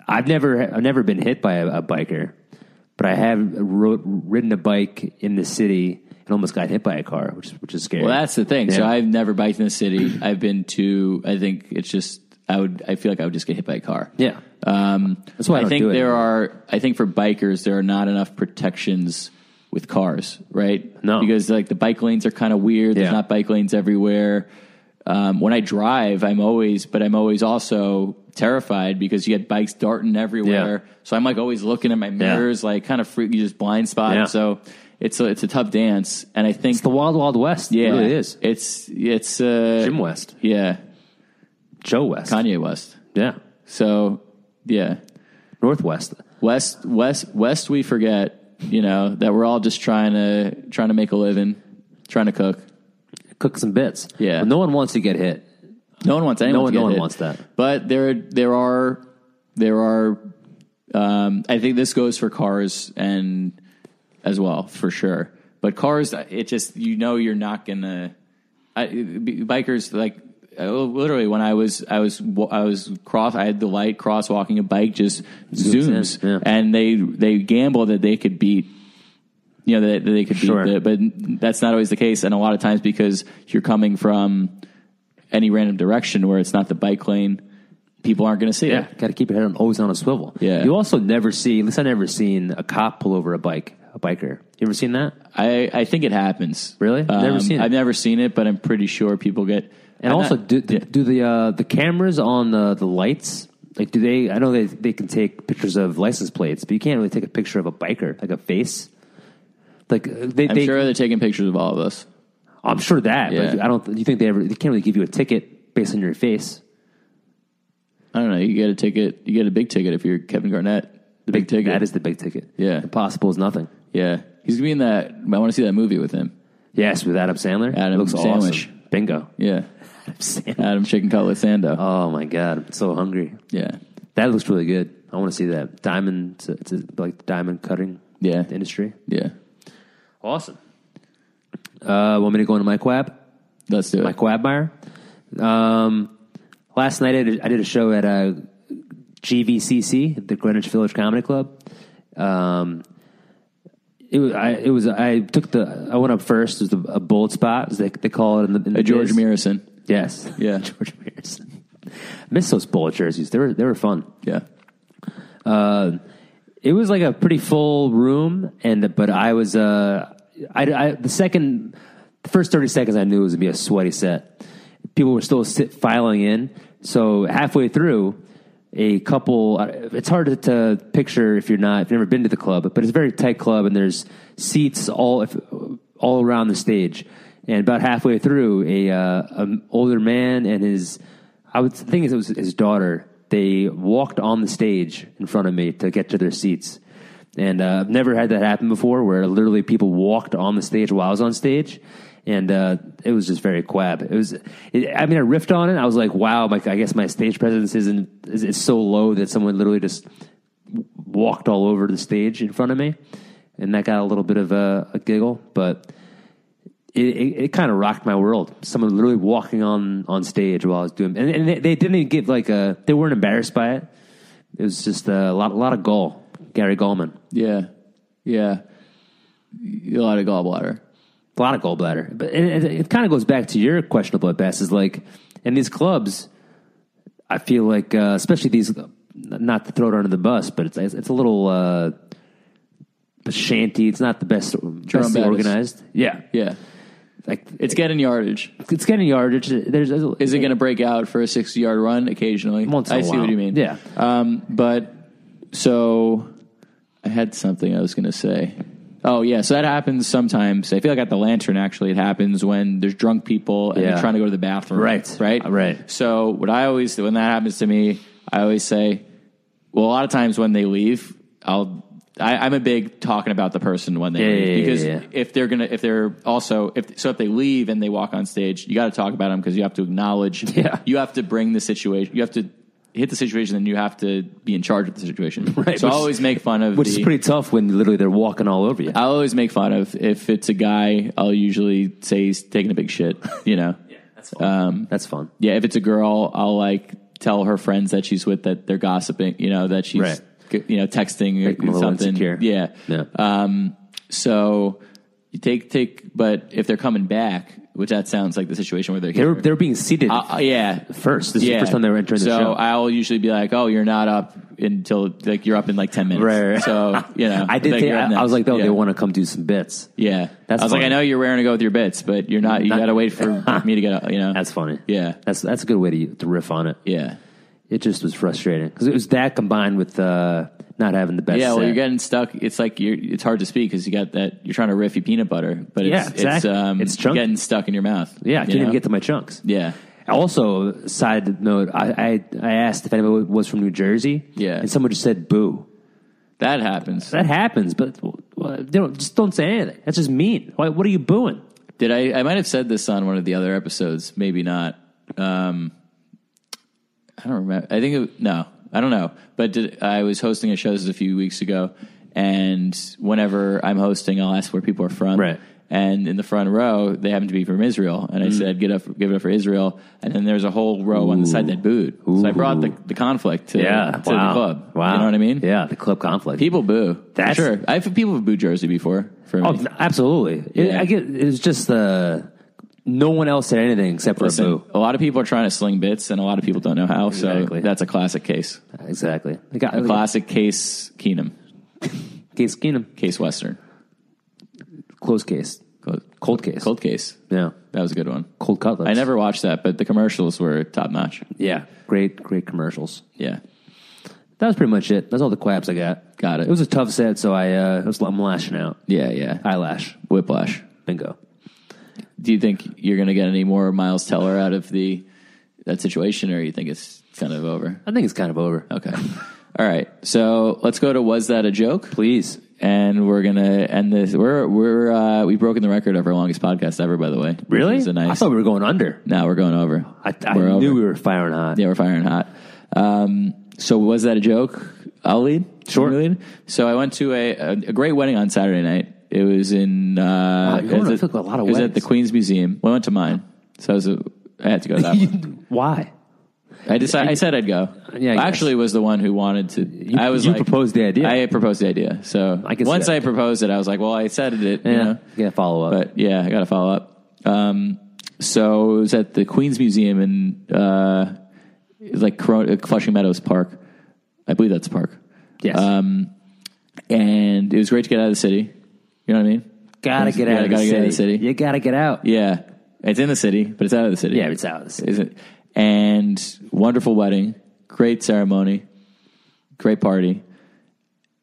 B: I've never I've never been hit by a, a biker, but I have ro- ridden a bike in the city and almost got hit by a car, which is which is scary.
A: Well, that's the thing. So
B: Yeah.
A: I've never biked in the city. I've been to. I think it's just. I would. I feel like I would just get hit by a car.
B: yeah.
A: Um,
B: That's why I don't
A: think
B: do it
A: there
B: anymore.
A: are. I think for bikers, there are not enough protections with cars, right?
B: No.
A: because like the bike lanes are kind of weird. There's
B: Yeah.
A: not bike lanes everywhere. Um, when I drive, I'm always, but I'm always also terrified because you get bikes darting everywhere. So I'm like always looking at my mirrors, like kind of freak, you just blind spot.
B: Yeah.
A: So it's a, it's a tough dance, and I think
B: It's the wild wild west.
A: yeah,
B: it really is.
A: It's it's uh,
B: Jim West,
A: Yeah,
B: Joe West,
A: Kanye West.
B: yeah,
A: So yeah,
B: Northwest.
A: West West West. We forget, you know, that we're all just trying to trying to make a living, trying to cook.
B: Cook some bits.
A: Yeah.
B: But no one wants to get hit.
A: No one wants anyone.
B: No
A: to
B: one-
A: get
B: no one
A: hit.
B: wants that.
A: But there there are there are. Um, I think this goes for cars and as well for sure. But cars, it just you know you're not gonna. I, b- bikers like uh, literally when I was I was I was cross I had the light crosswalking a bike just
B: Zooms
A: zooms
B: in, yeah.
A: and they they gamble that they could beat you know that, that they could
B: Sure.
A: beat the, but that's not always the case and a lot of times because you're coming from any random direction where it's not the bike lane people aren't going to see
B: Yeah,
A: it
B: got to keep your head on, always on a swivel.
A: Yeah.
B: You also never see, at least I never seen a cop pull over a bike, a a biker. You ever seen that?
A: I, I think it happens. Um,
B: Really? Never seen it.
A: I've never seen it, but I'm pretty sure people get.
B: And
A: I'm
B: also,
A: not-
B: do, do,
A: yeah.
B: do the uh, the cameras on the, the lights? Like, do they? I know they they can take pictures of license plates, but you can't really take a picture of a biker, like a face. Like uh, they,
A: I'm
B: they
A: sure they're taking pictures of all of us.
B: I'm sure that. But
A: Yeah.
B: I don't. You think they ever? They can't really give you a ticket based on your face.
A: I don't know. You get a ticket. You get a big ticket if you're Kevin Garnett. The big, ticket.
B: That is the big ticket.
A: Yeah.
B: Impossible is nothing.
A: yeah. He's gonna be in that. I want to see that movie with him.
B: Yes, with Adam Sandler.
A: Adam
B: It looks
A: Sandwich.
B: awesome. Bingo.
A: Yeah.
B: Adam Sandler.
A: Adam Chicken Cutlet Sando.
B: Oh my god, I'm so hungry.
A: yeah.
B: That looks really good. I want to see that diamond. It's, it's like diamond cutting.
A: Yeah.
B: Industry.
A: Yeah.
B: Awesome. Uh, want me to go into my quab?
A: Let's do it.
B: Mike Quagmire. Um, last night I did, I did a show at uh, GVCC, the Greenwich Village Comedy Club. Um, it was I. It was I took the I went up first. It was a, a bold spot. As they, they call it in the, in the
A: Uh, George
B: biz.
A: Mirison.
B: Yes,
A: Yeah.
B: George Mearson. Miss those bullet jerseys. They were they were fun.
A: Yeah.
B: Uh, it was like a pretty full room, and but I was uh, I, I the second, the first thirty seconds I knew it was gonna be a sweaty set. People were still sit, filing in, so halfway through, a couple. uh, It's hard to, to picture if you're not if you've never been to the club, but it's a very tight club, and there's seats all if, all around the stage. And about halfway through, a uh, an older man and his I would think it was his daughter. They walked on the stage in front of me to get to their seats, and uh, I've never had that happen before, where literally people walked on the stage while I was on stage, and uh, it was just very quab. It was, it, I mean, I riffed on it. I was like, wow, like I guess my stage presence isn't is, is so low that someone literally just walked all over the stage in front of me, and that got a little bit of a, a giggle, but it, it, it kind of rocked my world. Someone literally walking on on stage while I was doing, and, and they, they didn't even give like a. They weren't embarrassed by it. It was just a lot, a lot of gall. Gary Goldman,
A: Yeah. Yeah. A lot of gallbladder.
B: a lot of gallbladder. But it, it, it kind of goes back to your question about Bass is like, in these clubs, I feel like, uh, especially these, not to throw it under the bus, but it's it's a little uh, shanty. It's not the best, best
A: Baptist.
B: organized. Yeah,
A: Yeah.
B: like
A: It's getting yardage.
B: it's getting yardage. There's, there's
A: Is it going to break out for a 60 yard run occasionally?
B: Once in
A: I
B: a
A: see
B: while.
A: what you mean.
B: Yeah.
A: Um, but so I had something I was going to say. Oh, yeah. So that happens sometimes. I feel like at the lantern, actually, it happens when there's drunk people and
B: Yeah.
A: they're trying to go to the bathroom.
B: Right. Uh,
A: Right.
B: Right.
A: So what I always, when that happens to me, I always say, well, a lot of times when they leave, I'll, I, I'm a big talking about the person when they
B: Yeah,
A: leave
B: yeah, yeah,
A: because
B: yeah.
A: if they're gonna if they're also if so if they leave and they walk on stage you got to talk about them because you have to acknowledge
B: Yeah.
A: you have to bring the situation you have to hit the situation and you have to be in charge of the situation
B: Right,
A: so i
B: which-
A: always make fun of
B: which
A: the,
B: is pretty tough when literally they're walking all over you.
A: i always make fun of if it's a guy i'll usually say he's taking a big shit you know yeah.
B: That's fun. Um, That's fun.
A: if it's a girl i'll like tell her friends that she's with that they're gossiping you know that she's
B: Right.
A: you know texting
B: Make 'em a
A: or
B: little
A: something
B: insecure.
A: yeah
B: Yeah.
A: um, so you take take, but if they're coming back, which that sounds like the situation where they're
B: They
A: here.
B: were they were being seated
A: uh, uh, yeah.
B: first. This is
A: Yeah.
B: the first time they were entering
A: so
B: the show.
A: I'll usually be like, "Oh, you're not up until like you're up in like ten minutes."
B: Right, right.
A: So you know,
B: I did.
A: like,
B: Think,
A: you're up
B: I, I
A: next.
B: was like, though,
A: yeah.
B: they want to come do some bits.
A: Yeah,
B: That's
A: I was like,
B: funny.
A: I know you're wearing to go with your bits, but you're not. You
B: Not-
A: got to wait for me to get up. You know,
B: That's funny.
A: Yeah.
B: that's that's a good way to, to riff on it.
A: yeah,
B: It just was frustrating because it was that combined with uh, not having the best.
A: yeah. Well,
B: set.
A: you're getting stuck. It's like you're. It's hard to speak because you got that. You're trying to riff your peanut butter, but it's
B: Yeah, exactly.
A: it's um
B: It's chunky.
A: getting stuck in your mouth.
B: yeah. I
A: you
B: can't even
A: know?
B: get to my chunks.
A: Yeah,
B: Also, side note, I, I I asked if anybody was from New Jersey.
A: Yeah.
B: and someone just said boo.
A: that happens.
B: That happens, but well, they don't just don't say anything. That's just mean. Why, what are you booing?
A: Did I? I might have said this on one of the other episodes. Maybe not. Um, I don't remember. I think it, no. I don't know. But did, I was hosting a show this was a few weeks ago, and whenever I'm hosting, I'll ask where people are from.
B: Right. Hmm.
A: And in the front row, they happen to be from Israel, and I said, "Get up, give it up for Israel." And then there's a whole row on the side that booed. So I brought the, the conflict to, to
B: wow.
A: the club.
B: Wow,
A: You know what I mean?
B: Yeah, the club conflict.
A: People boo.
B: That's-
A: for sure. I've people have booed Jersey before. For me.
B: Oh, absolutely. It,
A: Yeah.
B: I get it's just uh, no one else said anything except for
A: Listen,
B: a boo.
A: a lot of people are trying to sling bits, and a lot of people don't know how. So
B: Exactly. Oh,
A: that's a classic case.
B: Exactly. They got
A: A classic case Keenum,
B: Case Keenum.
A: case Western.
B: Close case.
A: Cold,
B: Cold case.
A: cold case.
B: Yeah.
A: That was a good one.
B: Cold cutlets.
A: I never watched that, but the commercials were top notch.
B: Yeah. Great, great commercials.
A: Yeah.
B: That was pretty much it. That's all the quaps I got.
A: Got it.
B: It was a tough set, so I uh, was, I'm lashing out.
A: Yeah, yeah.
B: Eyelash.
A: Whiplash.
B: Bingo.
A: Do you think you're going to get any more Miles Teller out of the that situation, or you think it's kind of over?
B: I think it's kind of over.
A: Okay. All right. So let's go to was that a joke?
B: Please.
A: And we're gonna end this. We're we're uh, we've broken the record of our longest podcast ever, by the way. which
B: Really?
A: is a
B: I
A: nice.
B: thought we were going under.
A: now we're going over.
B: I, I
A: We're
B: knew
A: over.
B: we were firing hot.
A: Yeah, we're firing hot. Um, so was that a joke? I'll lead.
B: Sure.
A: You lead? So I went to a, a, a great wedding on Saturday night. It was in. Uh,
B: Wow, you're going
A: it was
B: to
A: at-
B: fuck a lot of
A: It was at
B: weddings.
A: the Queen's Museum. Well, I went to mine, so I was. A, I had to go to that one.
B: Why?
A: I decided. I said I'd go.
B: Yeah, I
A: I
B: guess.
A: actually was the one who wanted to. I was.
B: you
A: like-
B: proposed the idea.
A: I proposed the idea. So
B: I can see
A: once
B: that.
A: I proposed it, I was like, "Well, I said it." You know?
B: Yeah. Follow up.
A: but yeah, I got to follow up. Um, so it was at the Queens Museum in uh, it was like Corona, Flushing Meadows Park. I believe that's the park.
B: yes.
A: Um, and it was great to get out of the city. You know what I mean?
B: gotta get out,
A: yeah,
B: of,
A: gotta
B: the
A: get out of the
B: city.
A: city.
B: You gotta get out.
A: Yeah, it's in the city, but it's out of the city.
B: Yeah, it's out of the city.
A: Isn't and wonderful wedding, great ceremony, great party.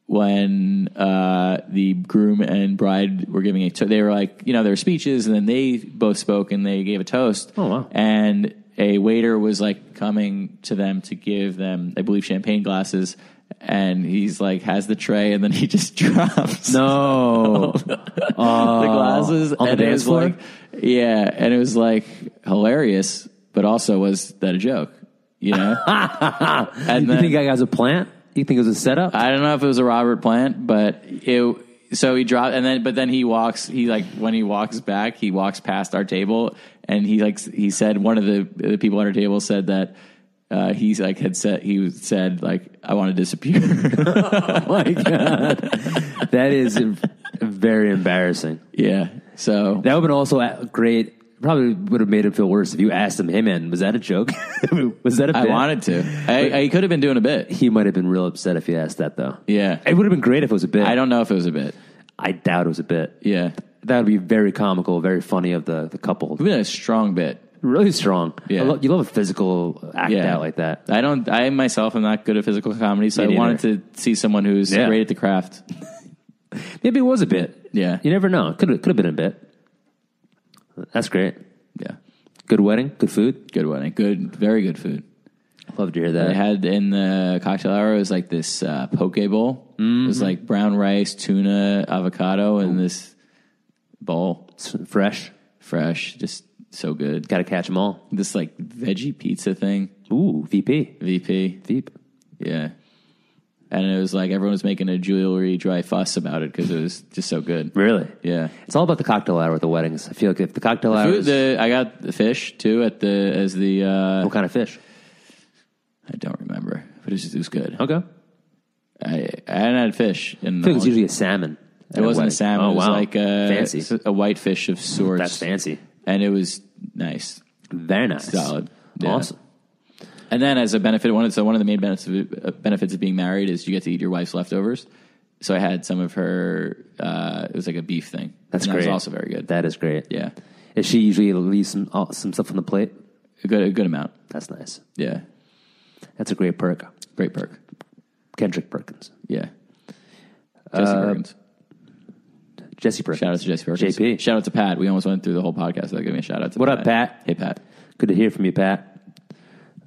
A: When uh, the groom and bride were giving a, to- they were like, you know, there were speeches, and then they both spoke and they gave a toast.
B: Oh, wow.
A: And a waiter was like coming to them to give them, I believe, champagne glasses, and he's like has the tray, and then he just drops
B: No.
A: the glasses
B: Oh, on the
A: and it
B: dance
A: was
B: floor?
A: Like, yeah, and it was like hilarious, but also was that a joke? You know, and
B: you
A: then
B: think that guy was a plant? You think it was a setup?
A: I don't know if it was a Robert Plant, but it. So he dropped, and then but then he walks. He like when he walks back, he walks past our table, and he like he said one of the, the people at our table said that. Uh, he's like had said he said like I want to disappear.
B: Oh my god, that is very embarrassing.
A: yeah, so
B: That would have been also a- great. Probably would have made him feel worse if you asked him, "Hey man, was that a joke? was that a
A: I
B: bit?"
A: wanted to. I, I could have been doing a bit.
B: He might have been real upset if you asked that though.
A: Yeah,
B: It would have been great if it was a bit.
A: I don't know if it was a bit.
B: I doubt it was a bit.
A: Yeah.
B: That would be very comical, very funny of the, the couple.
A: We've been a strong bit.
B: Really strong.
A: Yeah.
B: I lo- you love a physical act
A: Yeah.
B: out like that.
A: I don't. I myself am not good at physical comedy, so
B: Me
A: I
B: neither.
A: wanted to see someone who's
B: Yeah.
A: great at the craft.
B: Maybe it was a bit.
A: Yeah.
B: You never know. Could have could have been a bit. That's great.
A: Yeah,
B: Good wedding. Good food.
A: good wedding. Good, very good food.
B: Love to hear
A: They
B: that.
A: had in the cocktail hour it was like this uh, poke bowl. It
B: Mm-hmm.
A: was like brown rice, tuna, avocado, and this bowl,
B: It's fresh.
A: fresh, just so good.
B: Got to catch them all.
A: This like veggie pizza thing,
B: Ooh, VP.
A: VP.
B: Veep.
A: Yeah. And it was like everyone was making a jewelry dry fuss about it because it was just so good.
B: Really?
A: Yeah.
B: It's all about the cocktail hour at the weddings. I feel like if the cocktail hour
A: Food,
B: is
A: the, I got the fish too at the as the uh,
B: what kind of fish?
A: I don't remember, but it was, it was good.
B: Okay. I
A: I I hadn't had fish in
B: feel like it's
A: it
B: usually a salmon. at a
A: wasn't a
B: wedding.
A: salmon.
B: Oh,
A: it was
B: wow.
A: like uh, a
B: fancy.
A: a white fish of sorts.
B: That's fancy.
A: and it was nice.
B: Very nice.
A: Solid. Yeah.
B: Awesome.
A: And then as a benefit, one of so one of the main benefits of, uh, benefits of being married is you get to eat your wife's leftovers. So I had some of her. Uh, it was like a beef thing.
B: That's
A: and
B: great.
A: That was also very good.
B: That is great.
A: yeah,
B: Is she usually leaves some uh, some stuff on the plate?
A: a good a good amount.
B: That's nice.
A: Yeah,
B: That's a great perk.
A: great perk.
B: Kendrick Perkins,
A: Yeah, Jesse
B: Uh,
A: Perkins.
B: Jesse Perkins.
A: Shout out to Jesse Perkins.
B: JP.
A: Shout out to Pat. We almost went through the whole podcast without giving a shout out to
B: What up, Pat?
A: Hey, Pat.
B: Good to hear from you, Pat.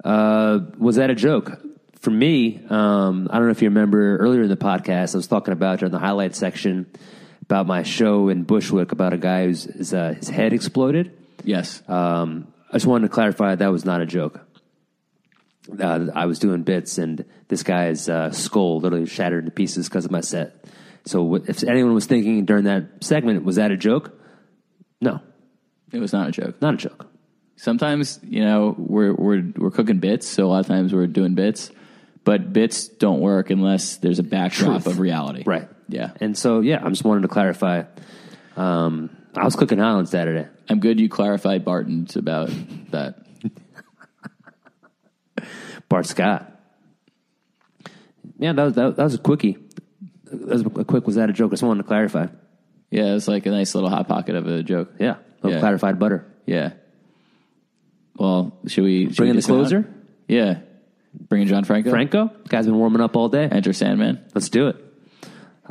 B: Uh, was that a joke? For me, um, I don't know if you remember earlier in the podcast, I was talking about during the highlight section about my show in Bushwick about a guy who's his, uh, his head exploded.
A: Yes.
B: Um, I just wanted to clarify that was not a joke. Uh, I was doing bits, and this guy's uh, skull literally shattered into pieces because of my set. So, w- if anyone was thinking during that segment, was that a joke? No,
A: it was not a joke.
B: not a joke.
A: Sometimes, you know, we're, we're, we're cooking bits. So a lot of times we're doing bits, but bits don't work unless there's a backdrop
B: Truth.
A: of reality.
B: Right.
A: Yeah.
B: And so, yeah, I'm just wanting to clarify. Um, I was cooking hot on Saturday.
A: I'm good you clarified Barton's about that.
B: Bart Scott. Yeah, that was, that, was- that was a quickie. That was a quick. Was that a joke? I just wanted to clarify.
A: Yeah, it's like a nice little hot pocket of a joke.
B: Yeah, little
A: Yeah.
B: clarified butter.
A: Yeah. Well, should we should
B: Bring
A: we
B: in
A: do
B: the
A: some
B: closer?
A: out? Yeah. Bring in John Franco.
B: Franco, guy's been warming up all day.
A: Enter Sandman.
B: Let's do it.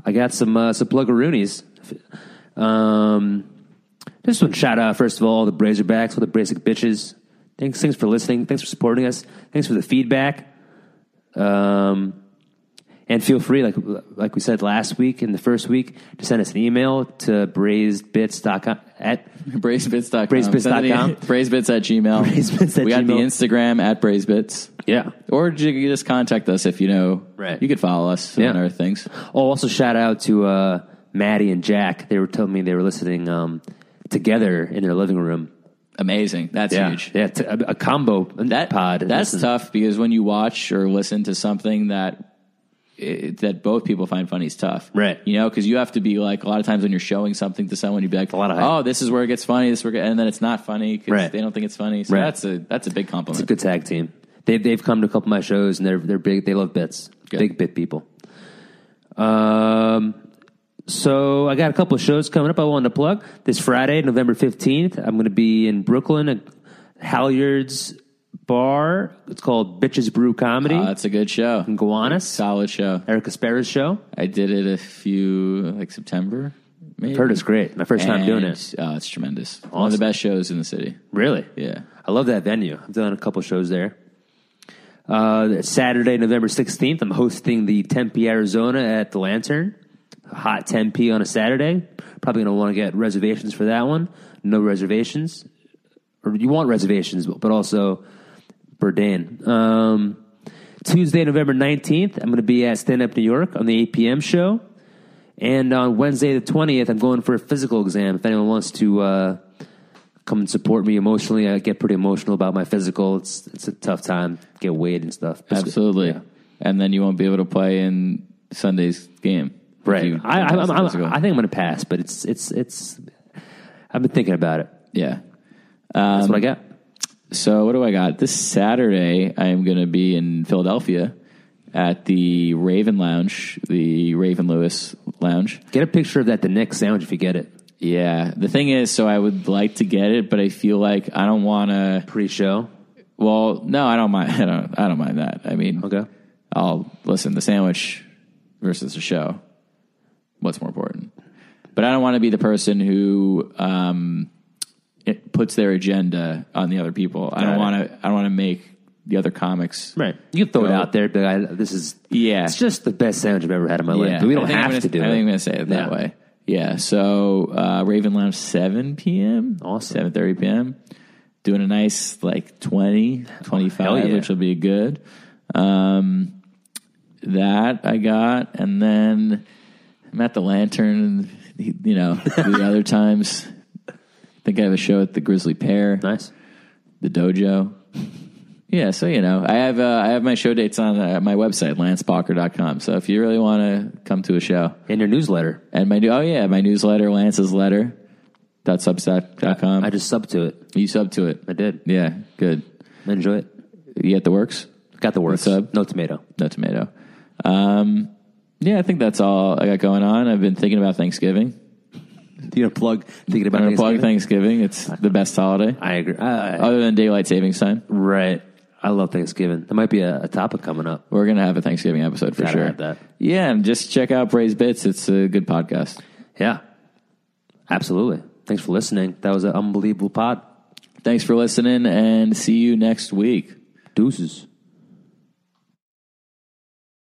B: I got some uh, some pluggaroonies. Um, this one shout out first of all the Brazerbacks, all the Brazic bitches. Thanks, thanks for listening. Thanks for supporting us. Thanks for the feedback. Um, and feel free, like like we said last week in the first week, to send us an email to brazedbits.com at
A: Brazebits.com.
B: Brazebits.com.
A: Brazebits at Gmail.
B: Brazebits at
A: we got the
B: Gmail.
A: Instagram at Brazebits.
B: yeah.
A: Or you can just contact us if you know.
B: Right.
A: You could follow us
B: Yeah.
A: on other things.
B: Oh, also shout out to uh, Maddie and Jack. They were telling me they were listening um, together in their living room.
A: Amazing. That's
B: yeah.
A: huge.
B: Yeah, t- a, a combo
A: That
B: pod.
A: That's
B: This is-
A: tough because when you watch or listen to something that it, that both people find funny is tough,
B: Right.
A: You know, because you have to be like a lot of times when you're showing something to someone, you'd be like,
B: lot of hype.
A: "Oh, this is where it gets funny," this is where, it, and then it's not funny because
B: Right.
A: they don't think it's funny. So
B: Right.
A: that's a that's a big
B: it's a
A: compliment.
B: good tag team. They've they've come to a couple of my shows and they're they're big. They love bits,
A: Good.
B: big bit people. Um, so I got a couple of shows coming up. I wanted to plug this Friday, November fifteenth. I'm going to be in Brooklyn at Halyards Bar. It's called Bitches Brew Comedy.
A: Oh, that's a good show,
B: in Gowanus,
A: solid show.
B: Erica Sparrow's show.
A: I did it a few like September. Maybe.
B: Heard it's great. My first time doing
A: And,
B: it.
A: Oh, it's tremendous. One of the
B: Awesome.
A: best shows in the city.
B: Really?
A: Yeah.
B: I love that venue. I've done a couple shows there. Uh, Saturday, November 16th, I'm hosting the Tempe, Arizona at the Lantern. Hot 10p on a Saturday. Probably going to want to get reservations for that one. No reservations. Or you want reservations, but but also Burdain. Um, Tuesday, November 19th, I'm going to be at Stand Up New York on the 8 p.m. show. And on Wednesday, the 20th, I'm going for a physical exam. If anyone wants to. Uh, come and support me emotionally. I get pretty emotional about my physical. It's it's a tough time. Get weighed and stuff. It's-
A: Absolutely.
B: yeah.
A: And then you won't be able to play in Sunday's game. if
B: Right.
A: you-
B: I, I, I'm, I'm, I
A: Physical.
B: think I'm going to pass, but it's it's it's. I've been thinking about it.
A: yeah. Um,
B: That's what I got.
A: So what do I got? This Saturday, I am going to be in Philadelphia at the Raven Lounge, the Raven Lewis Lounge.
B: Get a picture of that the next sandwich if you get it
A: Yeah. The thing is, so I would like to get it, but I feel like I don't want to.
B: pre-show.
A: Well, no, I don't mind. I don't. I don't mind that. I mean,
B: Okay.
A: I'll listen. The sandwich versus the show. What's more important? But I don't want to be the person who um, it puts their agenda on the other people. I
B: Got
A: don't
B: it.
A: want to. I don't want to make the other comics.
B: Right. You can throw it
A: Go.
B: out there, but I, this is
A: Yeah.
B: It's just the best sandwich I've ever had in my life.
A: Yeah.
B: But we
A: I
B: don't
A: think I'm
B: have
A: gonna-
B: to do
A: I
B: it.
A: think I'm going to say it that
B: Yeah.
A: way. Yeah. So uh, Raven Lounge, seven p.m.
B: Awesome.
A: Seven thirty p.m. Doing a nice like 20, 25,
B: yeah.
A: which will be good. Um, that I got, and then I'm at the Lantern. You know, the other times. I think I have a show at the Grizzly Pear
B: Nice.
A: the dojo. Yeah, so you know, I have uh, I have my show dates on uh, my website lancebalker.com. So if you really want to come to a show,
B: In your newsletter,
A: and my new oh yeah, my newsletter Lance's letter dot substack.com.
B: I just subbed to it.
A: you sub to it.
B: I did.
A: Yeah, good.
B: Enjoy it.
A: You get the works,
B: Got the works.
A: sub?
B: No tomato.
A: no tomato. Um, yeah, I think that's all I got going on. I've been thinking about Thanksgiving.
B: You know, plug thinking about
A: I'm gonna plug
B: Thanksgiving?
A: Thanksgiving. Uh, It's the best holiday
B: I uh, agree. I, I-
A: other than daylight savings time.
B: Right. I love Thanksgiving. That might be a, a topic coming up.
A: We're gonna have a Thanksgiving episode for
B: Gotta
A: sure.
B: have that.
A: Yeah, and just check out Braze Bits. It's a good podcast.
B: Yeah. Absolutely. Thanks for listening. That was an unbelievable pod.
A: Thanks for listening and see you next week.
B: Deuces.